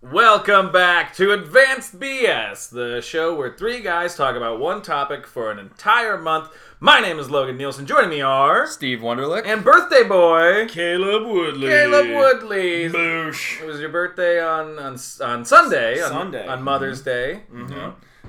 Welcome back to Advanced BS, the show where three guys talk about one topic for an entire month. My name is Logan Nielsen. Joining me are Steve Wonderlick. and birthday boy Caleb Woodley. Caleb Woodley. It Boosh. was your birthday on on, on Sunday, on, Sunday. Mm-hmm. on Mother's Day.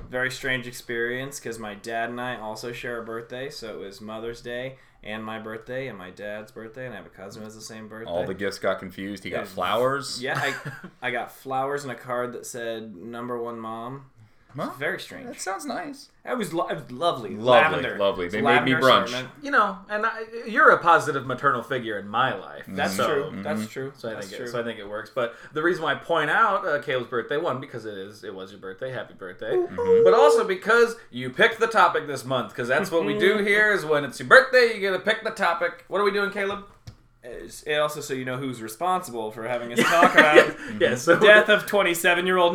Very strange experience because my dad and I also share a birthday, so it was Mother's Day and my birthday and my dad's birthday, and I have a cousin who has the same birthday. All the gifts got confused. He got flowers. yeah, I, I got flowers and a card that said "Number One Mom." Huh? Very strange. That sounds nice. It was, lo- it was lovely. Lovely, lavender. lovely. It's They made me lavender brunch. assortment. You know, and I, you're a positive maternal figure in my life. That's so- true. mm-hmm. That's true. So I That's think it, true. so I think it works. But the reason why I point out uh, Caleb's birthday one because it is it was your birthday, happy birthday. Mm-hmm. But also because you picked the topic this month because that's what we do here is when it's your birthday you get to pick the topic. What are we doing, Caleb? It's- it also so you know who's responsible for having us talk about Mm-hmm. yes, so death of twenty-seven-year-old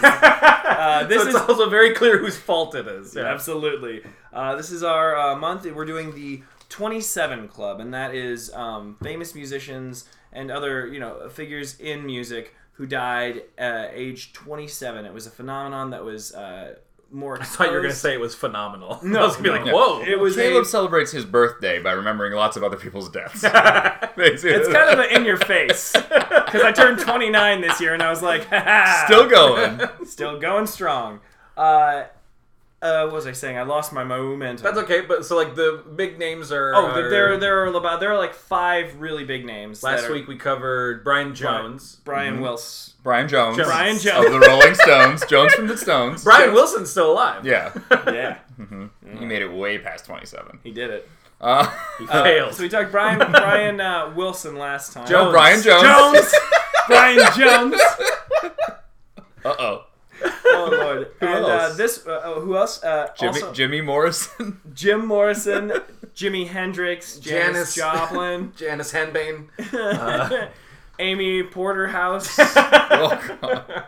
this so it's is- also very clear whose fault it is. Yeah. Absolutely. Uh, this is our uh, month. We're doing the 27 Club, and that is um, famous musicians and other you know figures in music who died uh, age 27. It was a phenomenon that was uh, more. I thought you were gonna say it was phenomenal. No, I was gonna be no. like, whoa. It was Caleb a- celebrates his birthday by remembering lots of other people's deaths. it's it's kind of an in your face because I turned 29 this year, and I was like, still going. still going strong. Uh, uh, what was I saying? I lost my momentum. That's okay, but so like the big names are. Oh, there- are- there there are about there are like five really big names. that Last are- Mm-hmm. week we covered Brian Jones. Brian Wilson. Brian Jones. Jones. Brian Of Jones. the Rolling Stones. Jones from the Stones. Brian Wilson's still alive. Yeah. yeah, He made it way past 27. Mm. he did it. Uh, Uh, Failed. So we talked Brian Brian uh, Wilson last time. Jones. Brian Jones. Jones. Brian Jones. Uh-oh. Oh lord. and uh, else? this uh, oh, who else? Uh, Jimmy, also, Jimmy Morrison. Jim Morrison, Jimi Hendrix, Janis. Janis, Joplin, Janice Henbane. Amy Porterhouse, oh, God.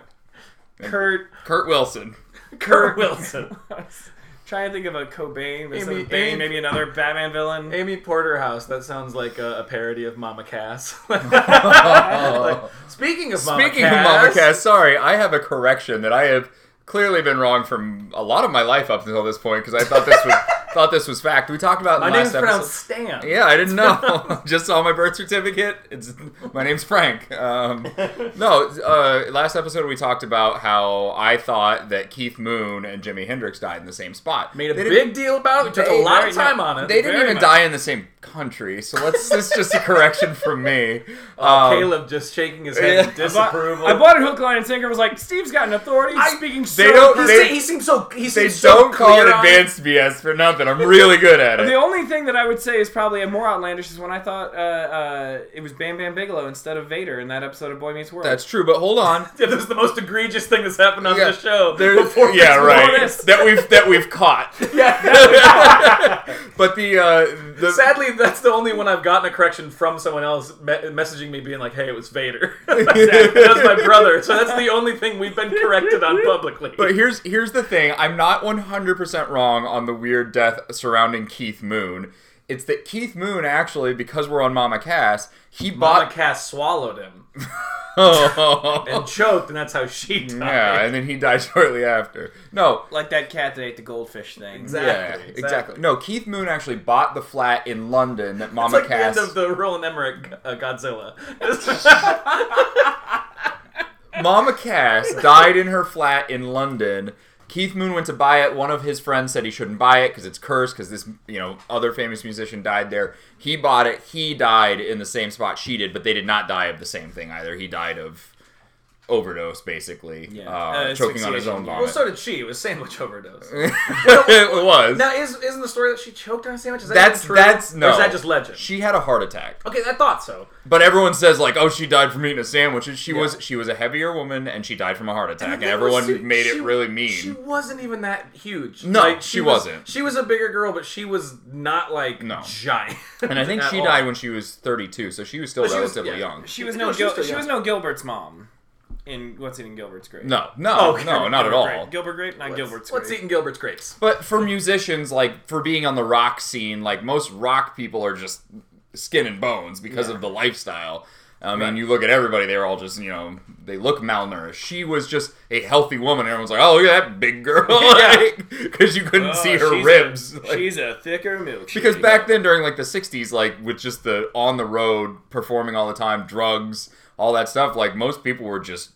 Kurt. Kurt Wilson. Kurt Wilson. Trying to think of a Cobain, but Amy- Amy, Bane, Amy- maybe another Batman villain. Amy Porterhouse. That sounds like a, a parody of Mama Cass. Like, speaking of Mama Speaking Cass, of Mama Cass, sorry, I have a correction that I have clearly been wrong from a lot of my life up until this point because I thought this was thought this was fact. We talked about my in name's last episode. pronounced Stan. Yeah, I didn't know. Just saw my birth certificate. It's my name's Frank. Um, no, uh, last episode we talked about how I thought that Keith Moon and Jimi Hendrix died in the same spot. Made a They didn't- big deal about it. Took a They- lot of very time much- on it. They didn't very even much. die in the same country, so let's. This is just a correction from me. Oh, Um, Caleb just shaking his head in I bought- I bought- disapproval. I bought a hook, line, and sinker. Was like, Steve's got an authority. He's I- speaking so. they don't- he, they- se- he seems so. He They seems so don't call it clear-eyed. advanced BS for nothing. I'm really good at The it. only thing that I would say is probably a more outlandish is when I thought uh, uh, it was Bam Bam Bigelow instead of Vader in that episode of Boy Meets World. That's true, but hold on. Yeah, this is the most egregious thing that's happened on Yeah, the show. There- before yeah, this right. bonus. That we've that we've caught. Yeah. but the uh, the Sadly, that's the only one I've gotten a correction from someone else me- messaging me being like, "Hey, it was Vader." that's my brother. So that's the only thing we've been corrected on publicly. But here's here's the thing. I'm not 100% wrong on the weird death surrounding Keith Moon. It's that Keith Moon actually, because we're on Mama Cass, he Mama bought. Cass swallowed him and choked, and that's how she died. yeah, and then he died shortly after. No, like that cat that ate the goldfish thing. Exactly. yeah, exactly. exactly. No, Keith Moon actually bought the flat in London that It's Mama like Cass. the end of the Roland Emmerich uh, Godzilla. Mama Cass died in her flat in London. Keith Moon went to buy it. One of his friends said he shouldn't buy it because it's cursed. Because this, you know, other famous musician died there. He bought it. He died in the same spot she did, but they did not die of the same thing either. He died of overdose, basically, uh, Yeah. Uh, choking on his own asphyxiation. vomit. well, so did she. It was sandwich overdose. it was. now, is, isn't the story that she choked on a sandwich? Is that that's even true? that's no. Or is that just legend? She had a heart attack, okay, I thought so. but everyone says like, "Oh, she died from eating a sandwich." And She was she was a heavier woman, and she died from a heart attack, and, The thing everyone was, she- made she- it really mean. She wasn't even that huge. No, Like, she was- wasn't. She was a bigger girl, but she was not like No. giant. And I think she died when she was 32, so she was still she was- relatively yeah. young. She was No, no, she was Gil- still she young. was no Gilbert's mom. In what's eating Gilbert's grape? No, no, Oh, okay. no, not at Gilbert all. Grape. Gilbert grape, not Gilbert's What's grape. eating Gilbert's grapes? But for musicians, like for being on the rock scene, like most rock people are just skin and bones because of the lifestyle. I mean, you look at everybody; they're all just you know they look malnourished. She was just a healthy woman. and Everyone's like, "Oh, look at that big girl," because you couldn't see Oh, her she's ribs. A, Like- she's a thicker milk. because back then, during like the '60s, like with just the on the road performing all the time, drugs, all that stuff, like most people were just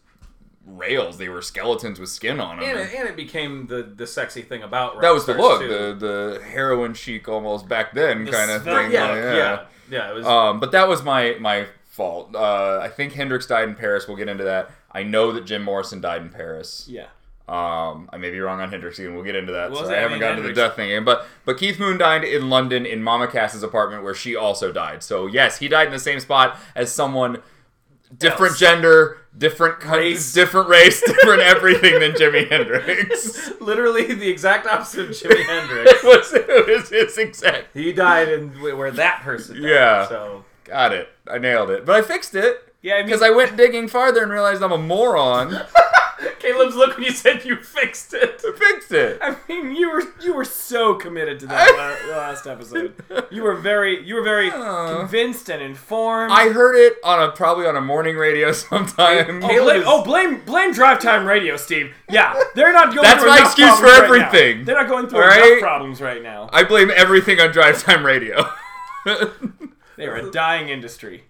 rails. They were skeletons with skin on them. And it, and it became the, the sexy thing about that was the rockstars, look, too. the the heroin chic almost back then The kind of svelte thing. yeah, like, yeah, yeah, It was Um, but that was my my fault. Uh, I think Hendrix died in Paris. We'll get into that. I know that Jim Morrison died in Paris. Yeah. Um, I may be wrong on Hendrix, and we'll get into that. Well, so I I haven't mean, gotten to the Hendrix- death thing. again. But but Keith Moon died in London in Mama Cass's apartment, where she also died. So yes, he died in the same spot as someone. Different Else. gender, different co- Race. different race, different everything than Jimi Hendrix. literally the exact opposite of Jimi Hendrix. it was it was his exact He died in wh- where that person died. Yeah. So Got it. I nailed it. But I fixed it. Yeah, I mean- Because I went digging farther and realized I'm a moron. Caleb's look when you said you fixed it. I fixed it. I mean, you were you were so committed to that la- last episode. You were very you were very Oh. convinced and informed. I heard it on a probably on a morning radio sometime. Hey, Blame- was- oh, blame blame drive time radio, Steve. Yeah, they're not going. That's through my enough excuse for problems right now. everything. They're not going through All enough right? problems right now. I blame everything on drive time radio. They're a dying industry.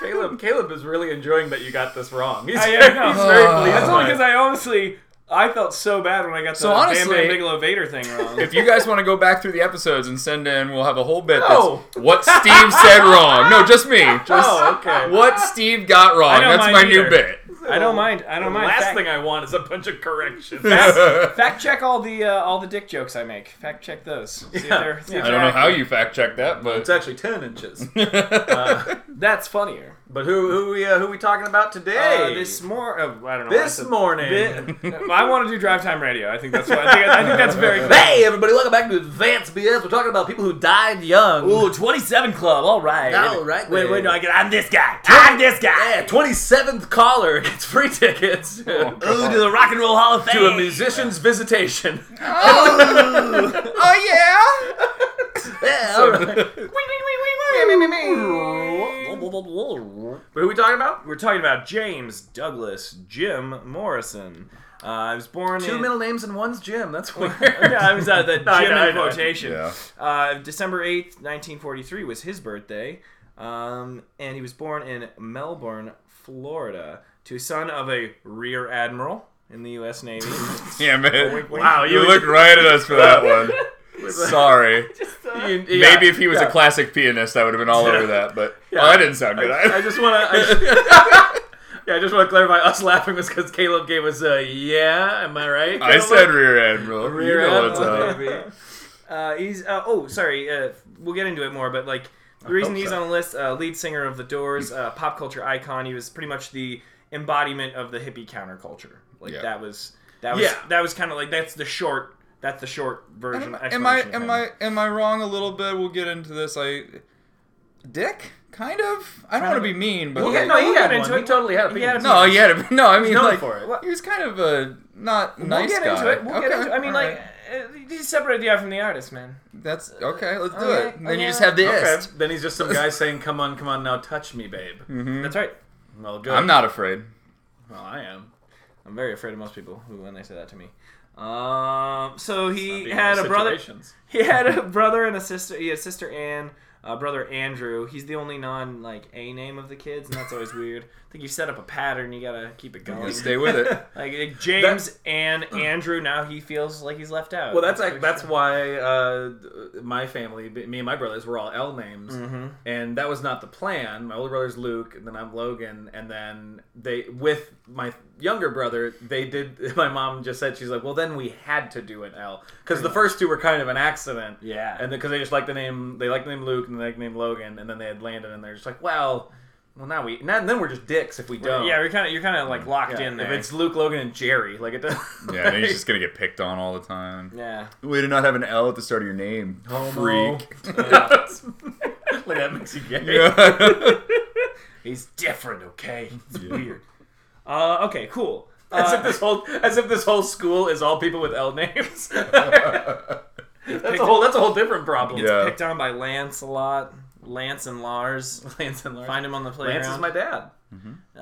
Caleb, Caleb is really enjoying that you got this wrong. He's, I am, very, no. he's very Uh, pleased. That's by only it. because I honestly I felt so bad when I got the So honestly- Bam Bam Bigelow Vader thing wrong. if you guys want to go back through the episodes and send in, we'll have a whole bit No. that's what Steve said wrong. No, just me. Just Oh, okay. what Steve got wrong. don't That's mind my new either. bit. I don't mind. I don't The mind. last fact, thing I want is a bunch of corrections. fact check all the uh, all the dick jokes I make. Fact check those. See if Yeah. they're, see if I I they're don't know how accurate. you fact check that, but it's actually ten inches. That's funnier. But who who we uh, who we talking about today? Uh, this more. Uh, I don't know. why I This said- morning. Bit- I want to do drive time radio. I think that's. What, I, think, I think that's very. Cool. Hey everybody, welcome back to Advanced BS. We're talking about people who died young. Ooh, 27 Club. All right. All right, Wait, wait, then. no, I get, I'm this guy. I'm this guy. Yeah, 27th caller gets free tickets Ooh, to the Rock and Roll Hall of Fame. Oh, to a musician's visitation. oh yeah. Yeah, all right. Oh, But who we talking about? We're talking about James Douglas Jim Morrison. Uh, I was born Two in. middle names and one's Jim. That's weird. yeah, I was at that I Jim know, I in know. quotation. Yeah. Uh, December 8th, 1943 was his birthday. Um, and he was born in Melbourne, Florida, to son of a rear admiral in the U.S. Navy. Damn it. Wow, You you look right at us for that one. Sorry. You- Maybe yeah, if he was yeah. a classic pianist, I would have been all over that. But Yeah. oh, that didn't sound good. I either. just want to. Yeah, I just want to clarify. Us laughing was because Caleb gave us a yeah. Am I right? I, Caleb? said rear admiral. rear you know end, what's up. baby. Uh, he's uh, oh sorry, uh, we'll get into it more, but like the reason hope he's so. on the list, uh, lead singer of the Doors, uh, pop culture icon. He was pretty much the embodiment of the hippie counterculture. Like Yeah. that was that was Yeah. that was kind of like that's the short that's the short Am version. I explanation of am him. I am I wrong a little bit? We'll get into this. I Dick, kind of. I don't want to of. be mean, but Well, like, yeah, no, he We'll get had into one. He it. totally had a He had a penis. penis. no, you had to. No, I mean known like for it. he was kind of a not nice we'll get guy. into it. We'll get Okay, into it. I mean, all like right. uh, you separate the art from the artist, man. that's okay. Let's do Okay, it. And then okay. you just have the Okay. ist. Then he's just some guy saying, "Come on, come on, now touch me, babe." That's right. Well, good. Mm. I'm not afraid. Well, I am. I'm very afraid of most people who when they say that to me. Um, so he Being had in a brother. situations. He had a brother and a sister. He had sister Anne, uh, brother Andrew. He's the only non like a name of the kids, and that's always weird. I think you set up a pattern. You gotta keep it going. Let's stay with it. Like, like James and Andrew. Now he feels like he's left out. Well, that's like, like, that's why uh, my family, b- me and my brothers, were all L names, Mm-hmm. and that was not the plan. My older brother's Luke, and then I'm Logan, and then they with my younger brother, they did. My mom just said she's like, well, then we had to do an L because the first two were kind of an accident, Yeah. and because they just like the name, they like the name Luke and they like the name Logan, and then they had Landon, and they're just like, well, well now we now, then we're just dicks if we don't. yeah. You're kind of you're kind of like locked Yeah, in there. If it's Luke, Logan, and Jerry, like it does. Yeah, and then he's just gonna get picked on all the time. yeah. We did not have an L at the start of your name, Homo. freak. like that makes you gay. Yeah. He's different. Okay. It's weird. Uh, okay. Cool. As Uh, if this whole as if this whole school is all people with L names. that's a whole that's a whole different problem. Yeah. picked on by Lance a lot. Lance and Lars. Lance and Lars. Find him on the Lance playground. is my dad.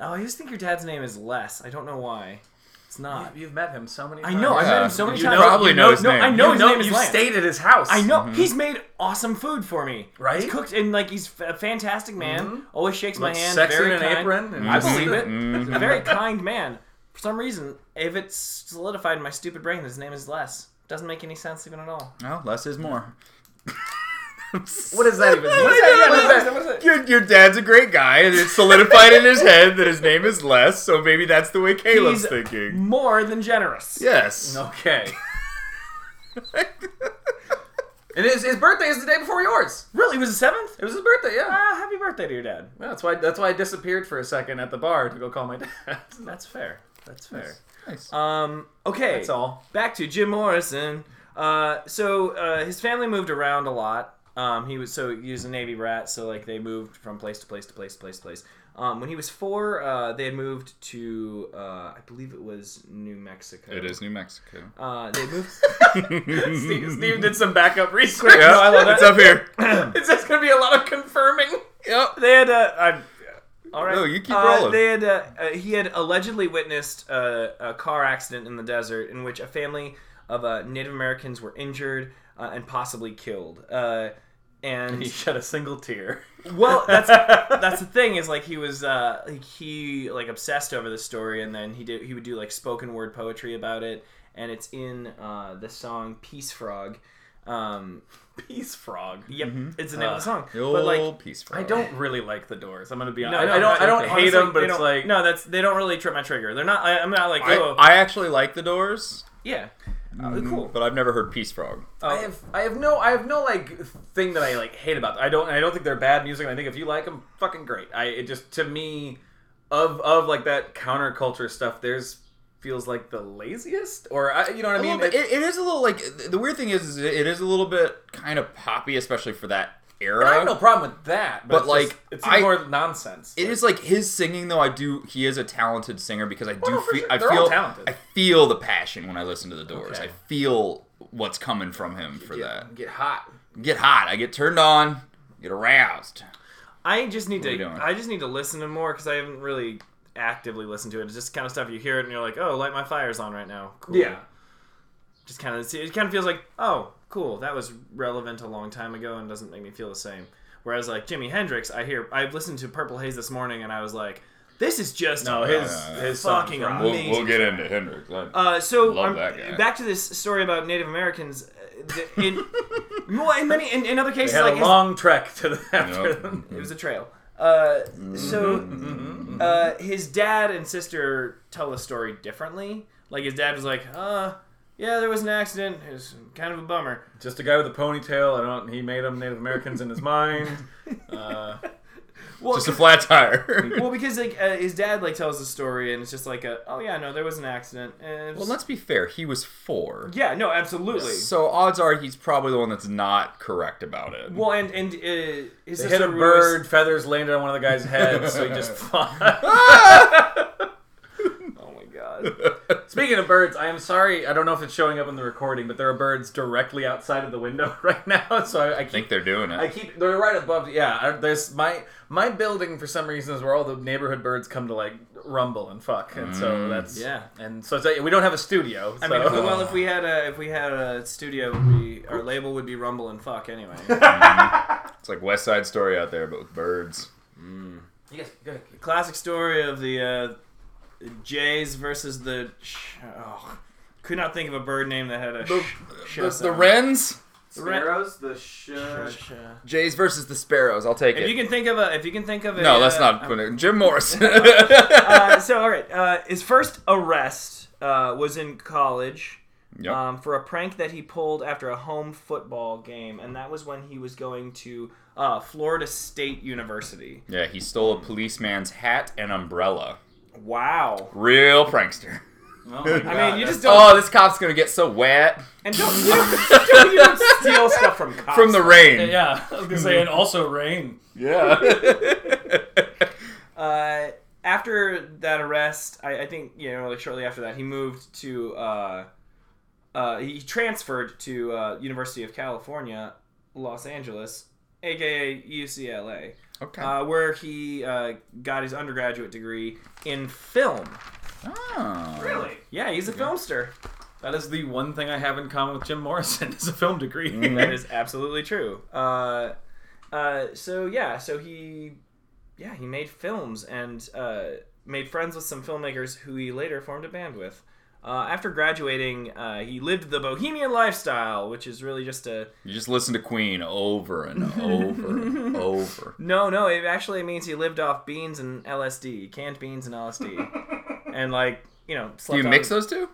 oh, I just think your dad's name is Les. I don't know why. It's not. You've met him so many I times. know. I've Yeah. met him so many You times. probably You know his no, name. Mm-hmm. I You You know his know, name is you Lance. stayed at his house. I know he's made awesome food for me. Right? He's cooked and like he's a fantastic man. Always shakes Looks my hand. sexy very in an kind. apron, and- I believe it. Mhm. A very kind man. For some reason, if it's solidified in my stupid brain, his name is Les. Doesn't make any sense even at all. Well, less is more. What does that even mean? What is that? What is that? What is it? Your, your dad's a great guy, and it's solidified in his head that his name is Les, so maybe that's the way Caleb's He's thinking. more than generous. Yes. Okay. and his, his birthday is the day before yours. Really, it was the seventh? It was his birthday, yeah. Ah, happy birthday to your dad. Yeah, that's why that's why I disappeared for a second at the bar to go call my dad. That's fair. That's fair. Nice. Um, okay. That's all. Back to Jim Morrison. Uh, so uh, his family moved around a lot. Um, he was so he was a Navy brat, so like they moved from place to place to place to place to place. Um, when he was four, uh, they had moved to uh, I believe it was New Mexico. It is New Mexico. Uh, they moved. Steve, Steve did some backup research. Yeah, No, I love it's that. up here. It's just gonna be a lot of confirming. yep. they had. Uh, I'm, all right. No, you keep Uh, rolling. They had. Uh, uh, he had allegedly witnessed uh, a car accident in the desert in which a family of uh, Native Americans were injured uh, and possibly killed. Uh, and He shed a single tear. well, that's that's the thing is like he was uh, like he like obsessed over this story, and then he did he would do like spoken word poetry about it, and it's in uh, the song Peace Frog. Um, Peace frog. yep, it's the name Uh, of the song. Old But like peace I don't really like the doors. I'm gonna be No, honest. no, I don't. not- I don't honestly, hate them, but they it's don't- like no, that's they don't really trip my trigger. They're not. I, I'm not like I, oh I actually like the Doors, yeah, Uh, cool. but I've never heard Peace Frog. I have. I have no. I have no like thing that I like hate about. Them. I don't. I don't think they're bad music. And I think if you like them, fucking great. I it just to me, of of like that counterculture stuff. There's feels like the laziest, or I, you know what I I mean, mean. bit, It- it, it is a little like th- the weird thing is, is it it is a little bit kind of poppy, especially for that era. I have no problem with that, but, But, it's like, just- it's I- more nonsense. It is like his singing though. I do. He is a talented singer because I do Oh, no, for feel. sure. I They're all feel. talented. I feel the passion when I listen to the Doors. Okay. I feel what's coming from him for that. get hot. Get hot. I get turned on. Get aroused. I just need we to. doing? I just need to listen to more because I haven't really actively listened to it. It's just kind of stuff you hear it and you're like, oh, light my fires on right now. Cool. Yeah, Just kind of. It kind of feels like oh, cool. That was relevant a long time ago and doesn't make me feel the same. Whereas like Jimi Hendrix, I hear I've listened to Purple Haze this morning and I was like, this is just no, his his songs um, Fucking rock. amazing. We'll- we'll get into Hendrix. Uh, so Love um, that guy. back to this story about Native Americans. uh, th- In, well, in many in, in other They cases, had like a his- long trek to the after Yep. them. it was a trail. Uh, Mm-hmm. so uh, his dad and sister tell the story differently. Like his dad was like, "Uh, yeah, there was an accident. It was kind of a bummer." Just a guy with a ponytail. I don't. He made them Native Americans in his mind. Uh, Well, Just a flat tire. well, because like uh, his dad like tells the story and it's just like, a, "Oh yeah, no, there was an accident." And well, let's be fair. He was four. yeah, no, absolutely. So odds are he's probably the one that's not correct about it. Well, and and uh, his They sister hit a Ruiz- bird, feathers landed on one of the guy's heads, so he just fly. Oh my god. Speaking of birds, I am sorry, I don't know if it's showing up in the recording, but there are birds directly outside of the window right now, so I, I I think keep. they're doing I it. keep they're right above yeah I- there's my my building for some reason is where all the neighborhood birds come to like rumble and fuck and so that's Yeah. and so it's like, we don't have a studio so I mean, if we, well, if we had a if we had a studio, we our label would be Rumble and Fuck anyway. It's like West Side Story out there, but with birds. yes, go ahead. Classic story of the uh, Jays versus the. Sh- oh, could not think of a bird name that had a. The- sh- sh The, the sound. Wrens, sparrows the Sh- uh, sh- sh- Jays versus the Sparrows. I'll take If it. you can think of a, if you can think of a. no, let's uh, not put it. Jim Morrison. uh, so all right, uh, his first arrest uh, was in college. Yep. um, for a prank that he pulled after a home football game, and that was when he was going to uh, Florida State University. yeah, he stole a policeman's hat and umbrella. Wow. Real prankster. oh my God, I mean, you just don't Oh, this cop's gonna get so wet and don't you don't, you don't steal stuff from cops. from the rain. yeah I was gonna say and also rain Yeah. uh, after that arrest, I, I think you know, like shortly after that, he moved to uh, uh, he transferred to uh, University of California, Los Angeles, aka UCLA, Okay. uh, where he uh, got his undergraduate degree in film. oh. Really? Yeah, he's a filmster. That is the one thing I have in common with Jim Morrison is a film degree. that is absolutely true. Uh, uh, so yeah, so he, yeah, he made films and uh, made friends with some filmmakers who he later formed a band with. Uh, after graduating, uh, he lived the bohemian lifestyle, which is really just a You just listen to Queen over and over and over. no, no. It actually means he lived off beans and LSD, canned beans and LSD, and like you know, Do slept you mix on, those two?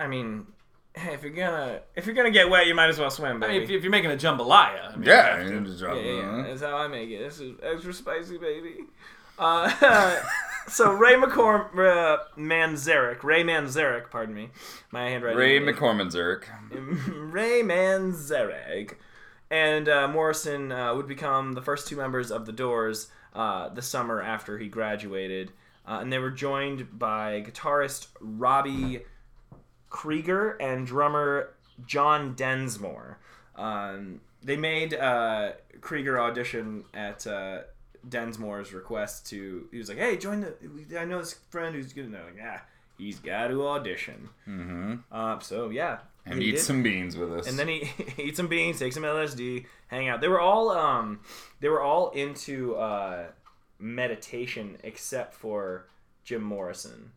I mean, hey, if you're gonna if you're gonna get wet, you might as well swim, I baby. mean, if, if you're making a jambalaya, I mean, Yeah. you have you to- just drop Yeah, yeah, yeah. it. That's how I make it. This is extra spicy, baby. Uh, so Ray McCorm uh, Manzarek, Ray Manzarek, pardon me, my handwriting. Ray McCormick Zerk. Ray Manzarek, and uh, Morrison uh, would become the first two members of the Doors uh, the summer after he graduated, uh, and they were joined by guitarist Robbie Krieger and drummer John Densmore. Um, they made uh, Krieger audition at uh, Densmore's request to. He was like, "Hey, join the. I know this friend who's good." And they're like, "Yeah, he's got to audition." Mm-hmm. Uh, so yeah, And he eat did. some beans with us. And then he eat some beans, take some LSD, hang out. They were all um, they were all into uh, meditation except for Jim Morrison.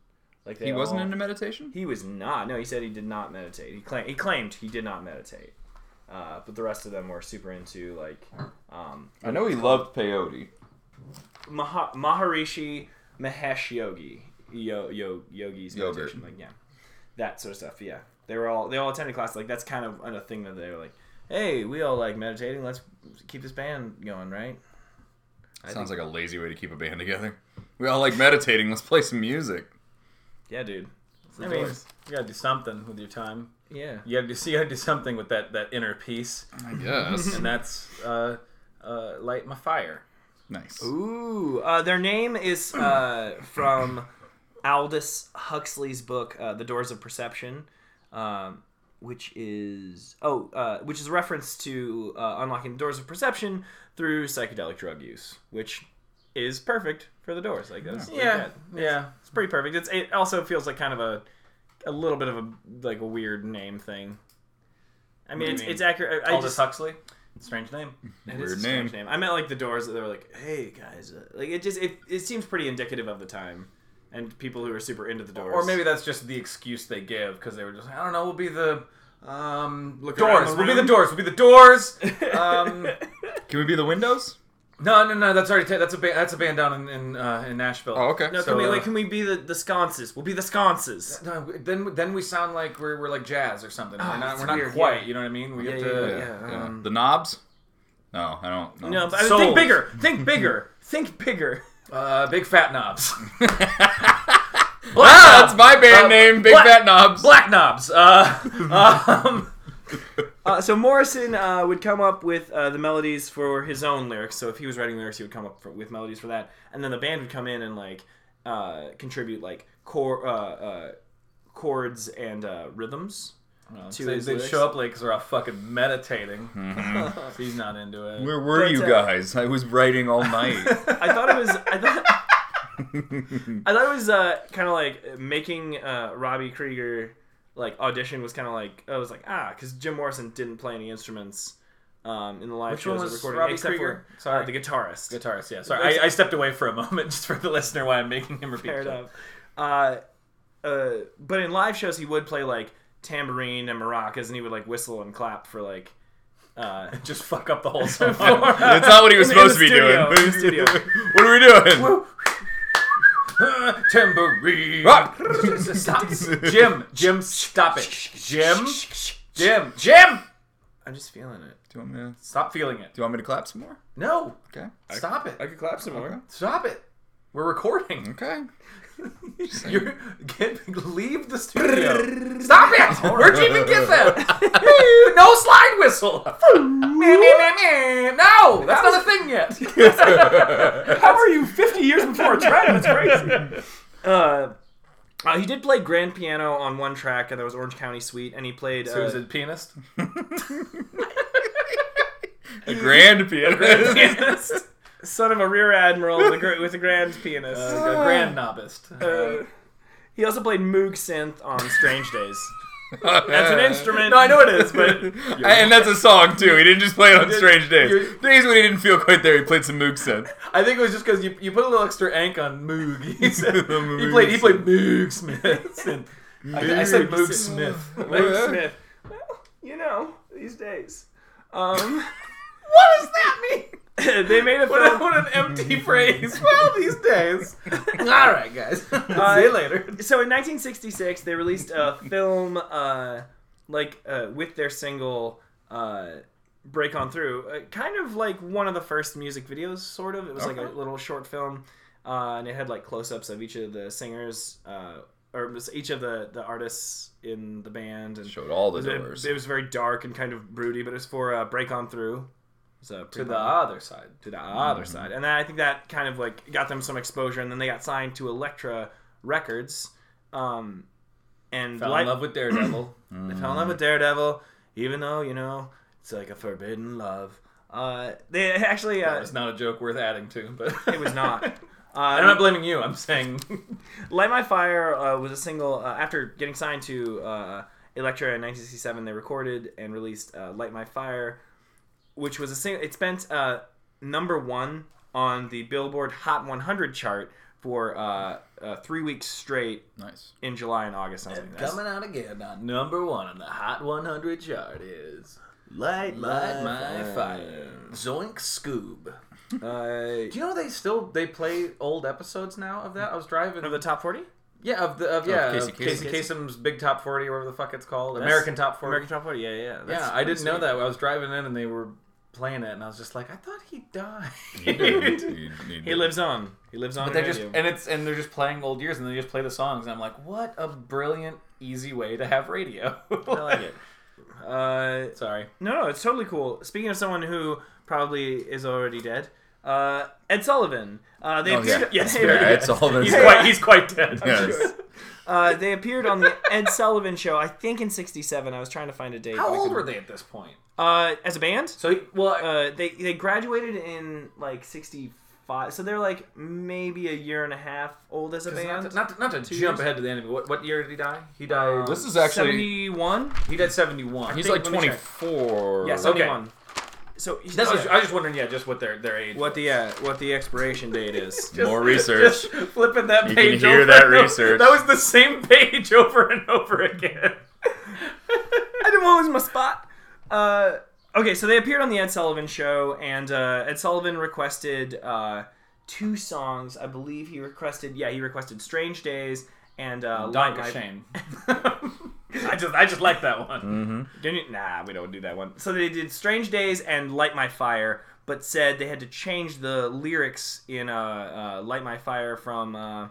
Like they he wasn't all- into meditation? He was not. No, he said he did not meditate. He claimed he claimed he did not meditate. Uh, but the rest of them were super into like um, I know he loved peyote. Maha- Maharishi Mahesh Yogi, yo, yo, yogis Yogurt. meditation, like yeah, that sort of stuff. Yeah, they were all they all attended class. Like that's kind of a thing that they were like, hey, we all like meditating. Let's keep this band going, right? Sounds like a lazy way to keep a band together. We all like meditating. Let's play some music. Yeah, dude. I I mean, mean, you gotta do something with your time. yeah. You gotta do, you gotta do something with that, that inner peace, I guess. and that's uh, uh, light my fire. nice. Ooh, uh, their name is uh, from Aldous Huxley's book, uh, "The Doors of Perception," um, which is oh, uh, which is a reference to uh, unlocking the doors of perception through psychedelic drug use, which is perfect for the doors. Like that's like Yeah, that. yeah. it's pretty perfect. It's it also feels like kind of a a little bit of a like a weird name thing. I mean, do you it's, mean? it's accurate. I- I Aldous just- Huxley, strange name. it Weird is a name. strange name. I meant like the Doors. that They were like, "Hey guys," uh, like it just it, it seems pretty indicative of the time, and people who are super into the Doors. Or maybe that's just the excuse they give because they were just like, I don't know, we'll be the um, doors. around the we'll be room. the doors. We'll be the doors. um, Can we be the windows? no, no, no. That's already ta- that's a band, that's a band down in in, uh, in Nashville. Oh, okay. no, So, can we uh, like can we be the the sconces? We'll be the sconces. No, we- then then we sound like we're, we're like jazz or something. we're not it's we're not weird, quite. yeah. You know what I mean? We have yeah, to. Yeah, Yeah, yeah. um, the knobs? No, I don't. know. No, but I mean, Souls. think bigger. Think bigger. think bigger. Uh, big fat knobs. ah, that's my band Uh, name, Big black- Fat Knobs. Black knobs. Uh, um, Uh, so Morrison uh, would come up with uh, the melodies for his own lyrics. So if he was writing lyrics, he would come up for, with melodies for that, and then the band would come in and like uh, contribute like chor- uh, uh, chords and uh, rhythms. so they his they'd lyrics. show up late because they're all fucking meditating. He's not into it. Where Mm-hmm. were But, you uh, guys? I was writing all night. I thought it was. I thought. I thought it was uh, kind of like making uh, Robbie Krieger like audition was kind of like I was like ah because Jim Morrison didn't play any instruments um, in the live Which one shows of was recording Robbie except Krieger? for Sorry. uh, the guitarist. guitarist. Yeah, sorry, I, I stepped away for a moment just for the listener why I'm making him repeat. Fair that. enough. Uh, uh, but in live shows he would play like tambourine and maracas and he would like whistle and clap for like. Uh, Just fuck up the whole song. That's not what he was In the- in supposed to be the studio, doing. in the studio. what are we doing? Tambourine. Ah! stop, Jim. Jim, stop it. Jim. Jim. Jim. I'm just feeling it. Do you, want me to, do Stop feeling it. you want me to clap some more? No. Okay. Stop it. could clap some more. Stop it. We're recording. Okay. You're get leave the studio. Stop it. Where'd you even get that? no slide whistle. Meh, meh, meh, meh. no, that's not a thing yet. How are you 50 years before a track? That's crazy. Uh, uh, he did play grand piano on one track, and there was Orange County Suite, and he played. So uh, is it pianist? A grand pianist. Son of a rear admiral with a gr- with a grand pianist. a grand nobbist. Uh, he also played Moog synth on Strange Days. That's an instrument. no, I know it is, but and that's a song too. He didn't just play it on strange days. you're- Days when he didn't feel quite there, he played some moog synth. I think it was just because you, you put a little extra ank on Moog. He, said, he Moog played he played Moog Smith. And I, I said Moog Smith. Moog Smith. Oh, Well, you know, these days. Um, What does that mean? they made a What, a- film. what an empty phrase. Well, these days. Uh, All right, guys. See you later. So in 1966, they released a film, uh, like uh, with their single uh, "Break On Through," uh, kind of like one of the first music videos. Sort of, it was like Okay. a little short film, uh, and it had like close-ups of each of the singers, uh, or it was each of the the artists in the band, and Showed all the it, doors. it was very dark and kind of broody. But it was for uh, "Break On Through." It's a To pre- the other side. to the other Mm. side. And then I think that kind of like got them some exposure, and then they got signed to Elektra Records. Um, and Fell like- in love Mm. with Daredevil. they fell in love with Daredevil, even though you know it's like a forbidden love. Uh, they actually uh, That was not a joke worth adding to, but it was not. I'm Uh, not blaming you. I'm saying Light My Fire uh, was a single uh, after getting signed to uh, Elektra in 1967. They recorded and released uh, Light My Fire, which was a single. It spent uh, number one on the Billboard Hot 100 chart for uh, uh, three weeks straight Nice. in July and August. I was like, that's- coming out again on number one on the Hot 100 chart is Light, Light My Fire. Zoink Scoob. Uh, Do you know they still they play old episodes now of that? I was driving. of the top 40, yeah, of the of yeah, Casey of Casey, Kasem. Kasem's Big Top Forty, whatever the fuck it's called, American Top Forty. American top 40. Yeah, yeah. that's yeah, I pretty didn't know sweet. that. I was driving in and they were playing it, and I was just like, I thought he died. He lives on. He lives on. But they radio. just and it's and they're just playing old years, and they just play the songs, and I'm like, what a brilliant, easy way to have radio. I like it. Uh, Sorry. No, no, it's totally cool. Speaking of someone who probably is already dead, uh, Ed Sullivan. Uh, they Oh, appeared. yeah. Yes, Yeah, Ed Sullivan's He's Yeah. quite he's quite dead. I'm Yes. sure. Uh, they appeared on the Ed Sullivan Show. I think in '67. I was trying to find a date. How old were they at this point? Uh, as a band, So he, well, uh, they they graduated in like '65, so they're like maybe a year and a half old as a not band. to, not to, not to jump years? ahead to the enemy. What what year did he die? He died. This is actually. '71. he died 71. he's think- like let me check. 24. Yeah, right? okay. '71. So That's yeah. what I was- I was just wondering, Oh, yeah, just what their their age. what the uh, what the expiration date is. was. More Just- research. Just flipping that You can page. hear over that and over. research. That was the same page over and over again. I didn't want to lose my spot. Uh, okay, so they appeared on the Ed Sullivan Show, and uh, Ed Sullivan requested uh, two songs. I believe he requested, yeah, he requested "Strange Days" and uh, Dying Light of My- shame. I just I just like that one. Mm. Didn't- Nah, we don't do that one. So they did "Strange Days" and "Light My Fire," but said they had to change the lyrics in uh, uh, "Light My Fire" from uh,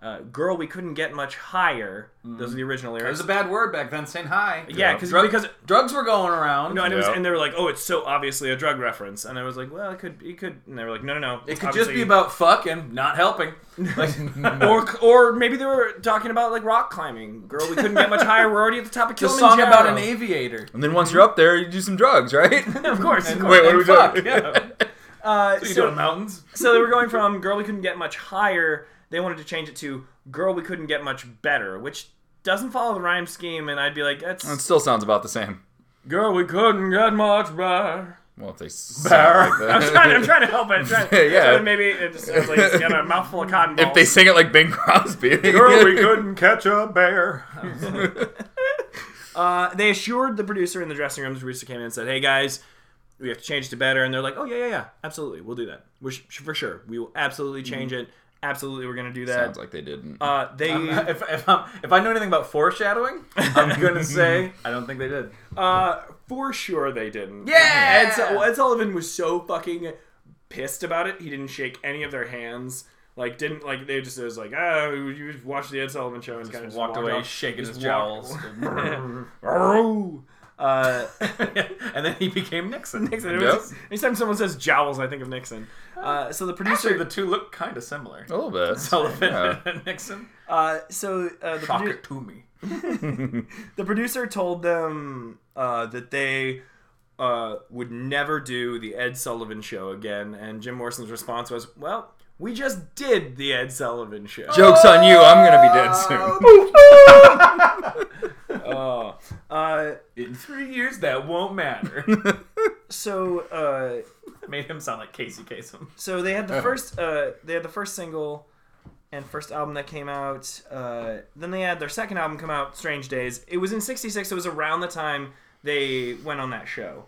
uh, "Girl, we couldn't get much higher." Those are the original It lyrics. was a bad word back then, saying hi. yeah, cause, Drug- because drugs were going around. No, and, it was, Yeah. and they were like, "Oh, it's so obviously a drug reference," and I was like, "Well, it could, it could," and they were like, "No, no, no, it could just be about fuck and not helping. Like, or or maybe they were talking about like rock climbing. Girl, we couldn't get much higher. We're already at the top of the Kilimanjaro. song about an aviator. And then once you're up there, you do some drugs, right? of course. Of Wait, course. what are we fuck, doing? yeah. Uh, You so, doing mountains? so they were going from "Girl, we couldn't get much higher." They wanted to change it to "Girl, we couldn't get much better," which doesn't follow the rhyme scheme, and I'd be like, "That's It still sounds about the same. girl, we couldn't get much better." Well, if they sound like that. I'm trying, I'm trying to help it. I'm trying, Yeah. trying to- maybe it just sounds like he's got a mouthful of cotton balls. If they sing it like Bing Crosby. Girl, we couldn't catch a bear. Uh, they assured the producer in the dressing room. The producer came in and said, "Hey guys, we have to change it to better." And they're like, "Oh yeah, yeah, yeah, absolutely, we'll do that. We're sh- for sure. We will absolutely change it. Absolutely, we're gonna do that." Mm-hmm. Sounds like they didn't. Uh, they Um, if, if, I'm, if I know anything about foreshadowing, I'm gonna say I don't think they did. uh, for sure they didn't. Yeah! Ed, Su- well, Ed Sullivan was so fucking pissed about it. He didn't shake any of their hands. Like didn't like they just it was like oh you just watched the Ed Sullivan show and kind of walked away shaking his jowls, Uh, and then he became Nixon. Nixon. It was Yep. just- anytime someone says jowls, I think of Nixon. Uh, so the producer, Actually, the two look kind of similar. a little bit. Sullivan Oh, Yeah. and Nixon. Uh, so uh, the, Talk produ- it to me. the producer told them uh, that they uh, would never do the Ed Sullivan show again, and Jim Morrison's response was, "Well, we just did the Ed Sullivan show." Joke's on you. I'm going to be dead soon. Oh. Uh, In three years, that won't matter. so uh, Made him sound like Casey Kasem. So they had Uh-huh. the first uh, they had the first single and first album that came out. Uh, then they had their second album come out, Strange Days. It was in '66. It was around the time they went on that show.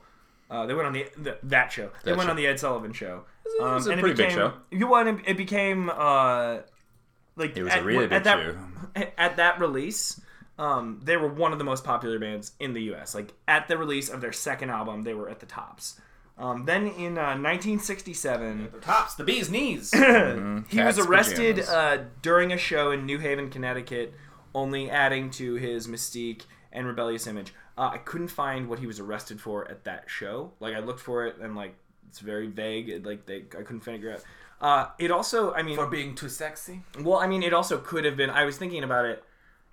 Uh, they went on the, the that show. They That went show. on the Ed Sullivan show. Um, a- it's a and pretty big became- show. You want it became uh, like It was a really big at that, show. At that release, um, they were one of the most popular bands in the U.S. Like at the release of their second album, they were at the tops. Um, then in uh, 1967, The tops, the bee's knees. he was Mm-hmm. Cat's arrested pajamas. uh, during a show in New Haven, Connecticut, only adding to his mystique and rebellious image. Uh, I couldn't find what he was arrested for at that show. Like I looked for it, and like it's very vague. It, like they, I couldn't figure out. Uh, it also, I mean, For being too sexy. well, I mean, it also could have been. I was thinking about it.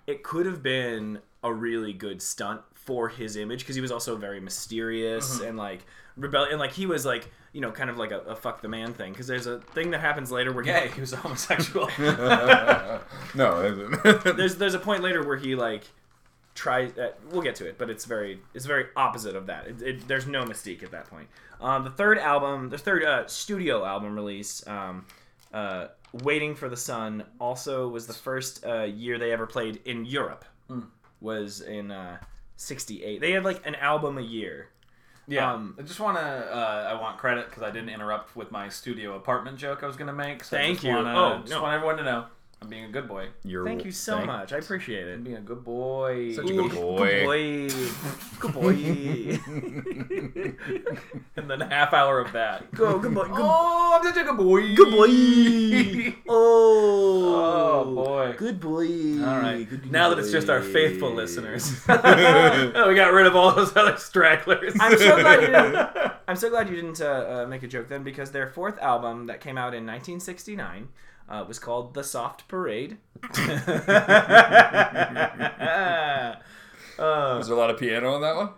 It could have been a really good stunt for his image because he was also very mysterious Mm-hmm. and like rebel and like he was like you know kind of like a, a fuck the man thing because there's a thing that happens later where he Gay, he was a homosexual. no, it isn't. there's there's a point later where he like tries. Uh, we'll get to it, but it's very it's very opposite of that. It, it, there's no mystique at that point. Um, the third album, the third uh, studio album release, um, uh, "Waiting for the Sun," also was the first uh, year they ever played in Europe. Was in uh, '68. They had like an album a year. Yeah, Um, I just want to. Uh, I want credit because I didn't interrupt with my studio apartment joke I was going to make. So I Thank just you. Wanna, Oh, just no. want everyone to know I'm being a good boy. You're- Thank you so thank- much. I appreciate it. I'm being a good boy. Such a good boy. Good boy. Good boy. and then a half hour of that. Go, good boy. Good Oh, I'm such a good boy. Good boy. oh. Oh, boy. Good boy. All right. now that it's just our faithful listeners, we I got rid of all those other stragglers. I'm so glad you didn't. I'm so glad you didn't uh, uh, make a joke then, because their fourth album that came out in 1969 uh, was called "The Soft Parade." Was there a lot of piano on that one?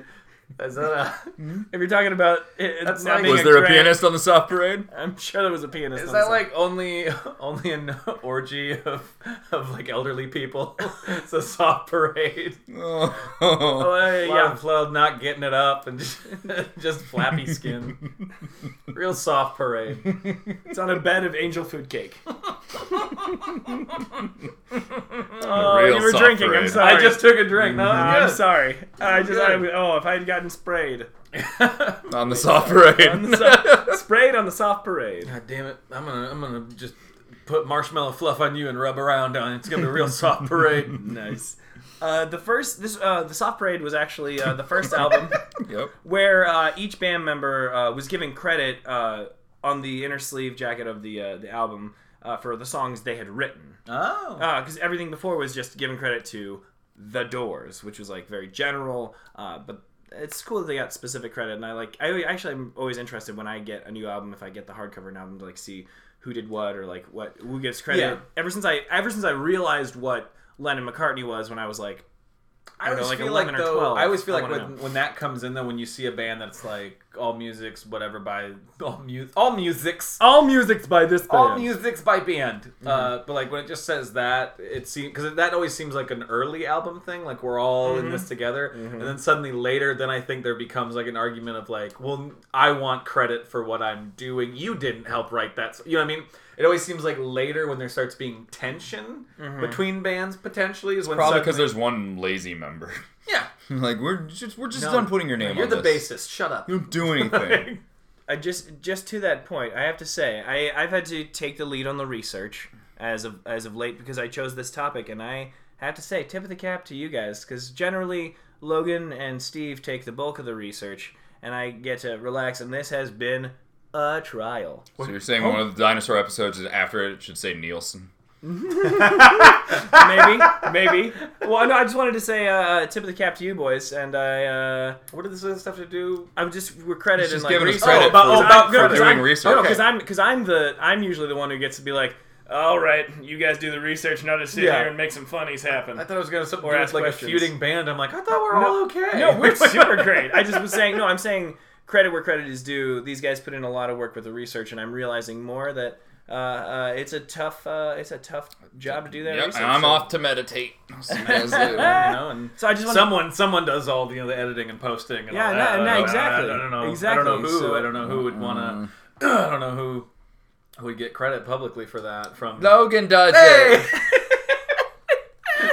Is that a, If you're talking about, it, it That's not like- being Was there a crack, pianist on the soft parade? I'm sure there was a pianist. is on that the like only only an orgy of of like elderly people? it's a soft parade. Oh. Uh, song. yeah, Flood not getting it up and just, just flappy skin. Real soft parade. it's on a bed of angel food cake. A oh, real you were soft drinking. I'm parade. sorry. Uh, I just took a drink. No, I'm I'm good. sorry. I just. I, Good. oh, if I had gotten sprayed. on the soft parade. on the soft, sprayed on the soft parade. God damn it! I'm gonna I'm gonna just put marshmallow fluff on you and rub around on it. It's gonna be a real soft parade. Nice. Uh, the first this uh, the soft parade was actually uh, the first album yep. where uh, each band member uh, was given credit uh, on the inner sleeve jacket of the uh, the album uh, for the songs they had written Oh, because Uh, everything before was just given credit to the Doors, which was like very general, uh, but. It's cool that they got specific credit, and I like. I actually am always interested when I get a new album, if I get the hardcover and album, to like see who did what or like what who gives credit. Yeah. Ever since I ever since I realized what Lennon McCartney was when I was like, I don't know, always like feel 11 like or though. 12. I always feel I like wanna when, when that comes in though, when you see a band that's like all music's whatever by all mu all music's all music's by this band. all music's by band. Mm-hmm. Uh, but like when it just says that, it seems because that always seems like an early album thing. Like we're all Mm-hmm. in this together, and then suddenly later, then I think there becomes like an argument of like, well, I want credit for what I'm doing. You didn't help write that. s- You know what I mean? It always seems like later when there starts being tension Mm-hmm. between bands potentially is when Probably because suddenly- there's one lazy member. yeah. like we're just we're just No. done putting your name. You're on the this. bassist. Shut up. You don't do anything. I just just to that point, I have to say I I've had to take the lead on the research as of as of late because I chose this topic, and I have to say tip of the cap to you guys because generally Logan and Steve take the bulk of the research, and I get to relax. And this has been a trial. so you're Oh. saying one of the dinosaur episodes is after it should say Nielsen. maybe, maybe. Well, no, I just wanted to say uh, tip of the cap to you boys, and I uh, What does this stuff have to do? I'm just we're credited Just in like giving us research. credit Oh, about- for, oh, about- for no, 'cause doing I'm- research. No, because I'm because I'm the I'm usually the one who gets to be like, all right, you guys do the research, not just sit Yeah. here and make some funnies happen. I thought it was gonna something Or do with, ask like questions. a feuding band. I'm like, I thought we were all okay. No, we're super great. I just was saying, no, I'm saying credit where credit is due. These guys put in a lot of work with the research, and I'm realizing more that uh, uh, it's a tough, uh, it's a tough job to do that Yep, research. and I'm so. off to meditate. you know, and So I just want someone someone does all the, the editing and posting and Yeah, all no, that. I no, don't know. exactly. I don't know. I Exactly. don't know who. So- um, I don't know who would want to. I don't know who would get credit publicly for that from. Logan does Hey! it.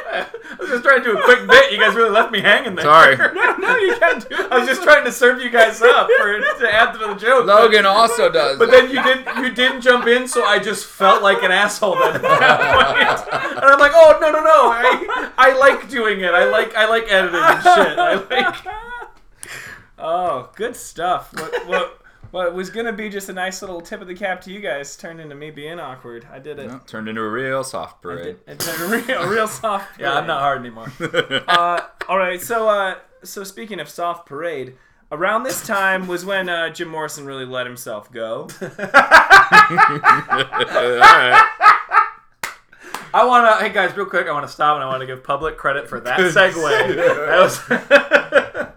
I was just trying to do a quick bit. You guys really left me hanging there. Sorry. no, no, you can't do. I was just trying to serve you guys up for to add to the joke. Logan also does. But it. then you did you didn't jump in, so I just felt like an asshole then at that point. And I'm like, oh no no no, I I like doing it. I like I like editing and shit. I like oh, good stuff. What, what, what was gonna be just a nice little tip of the cap to you guys turned into me being awkward. I did it. Well, turned into a real soft I parade. did- I did a real, a real soft. yeah, I'm play. not hard anymore. uh, all right. So, uh, so speaking of soft parade, around this time was when uh, Jim Morrison really let himself go. I wanna hey guys, real quick, I wanna stop and I wanna give public credit for that segue. That was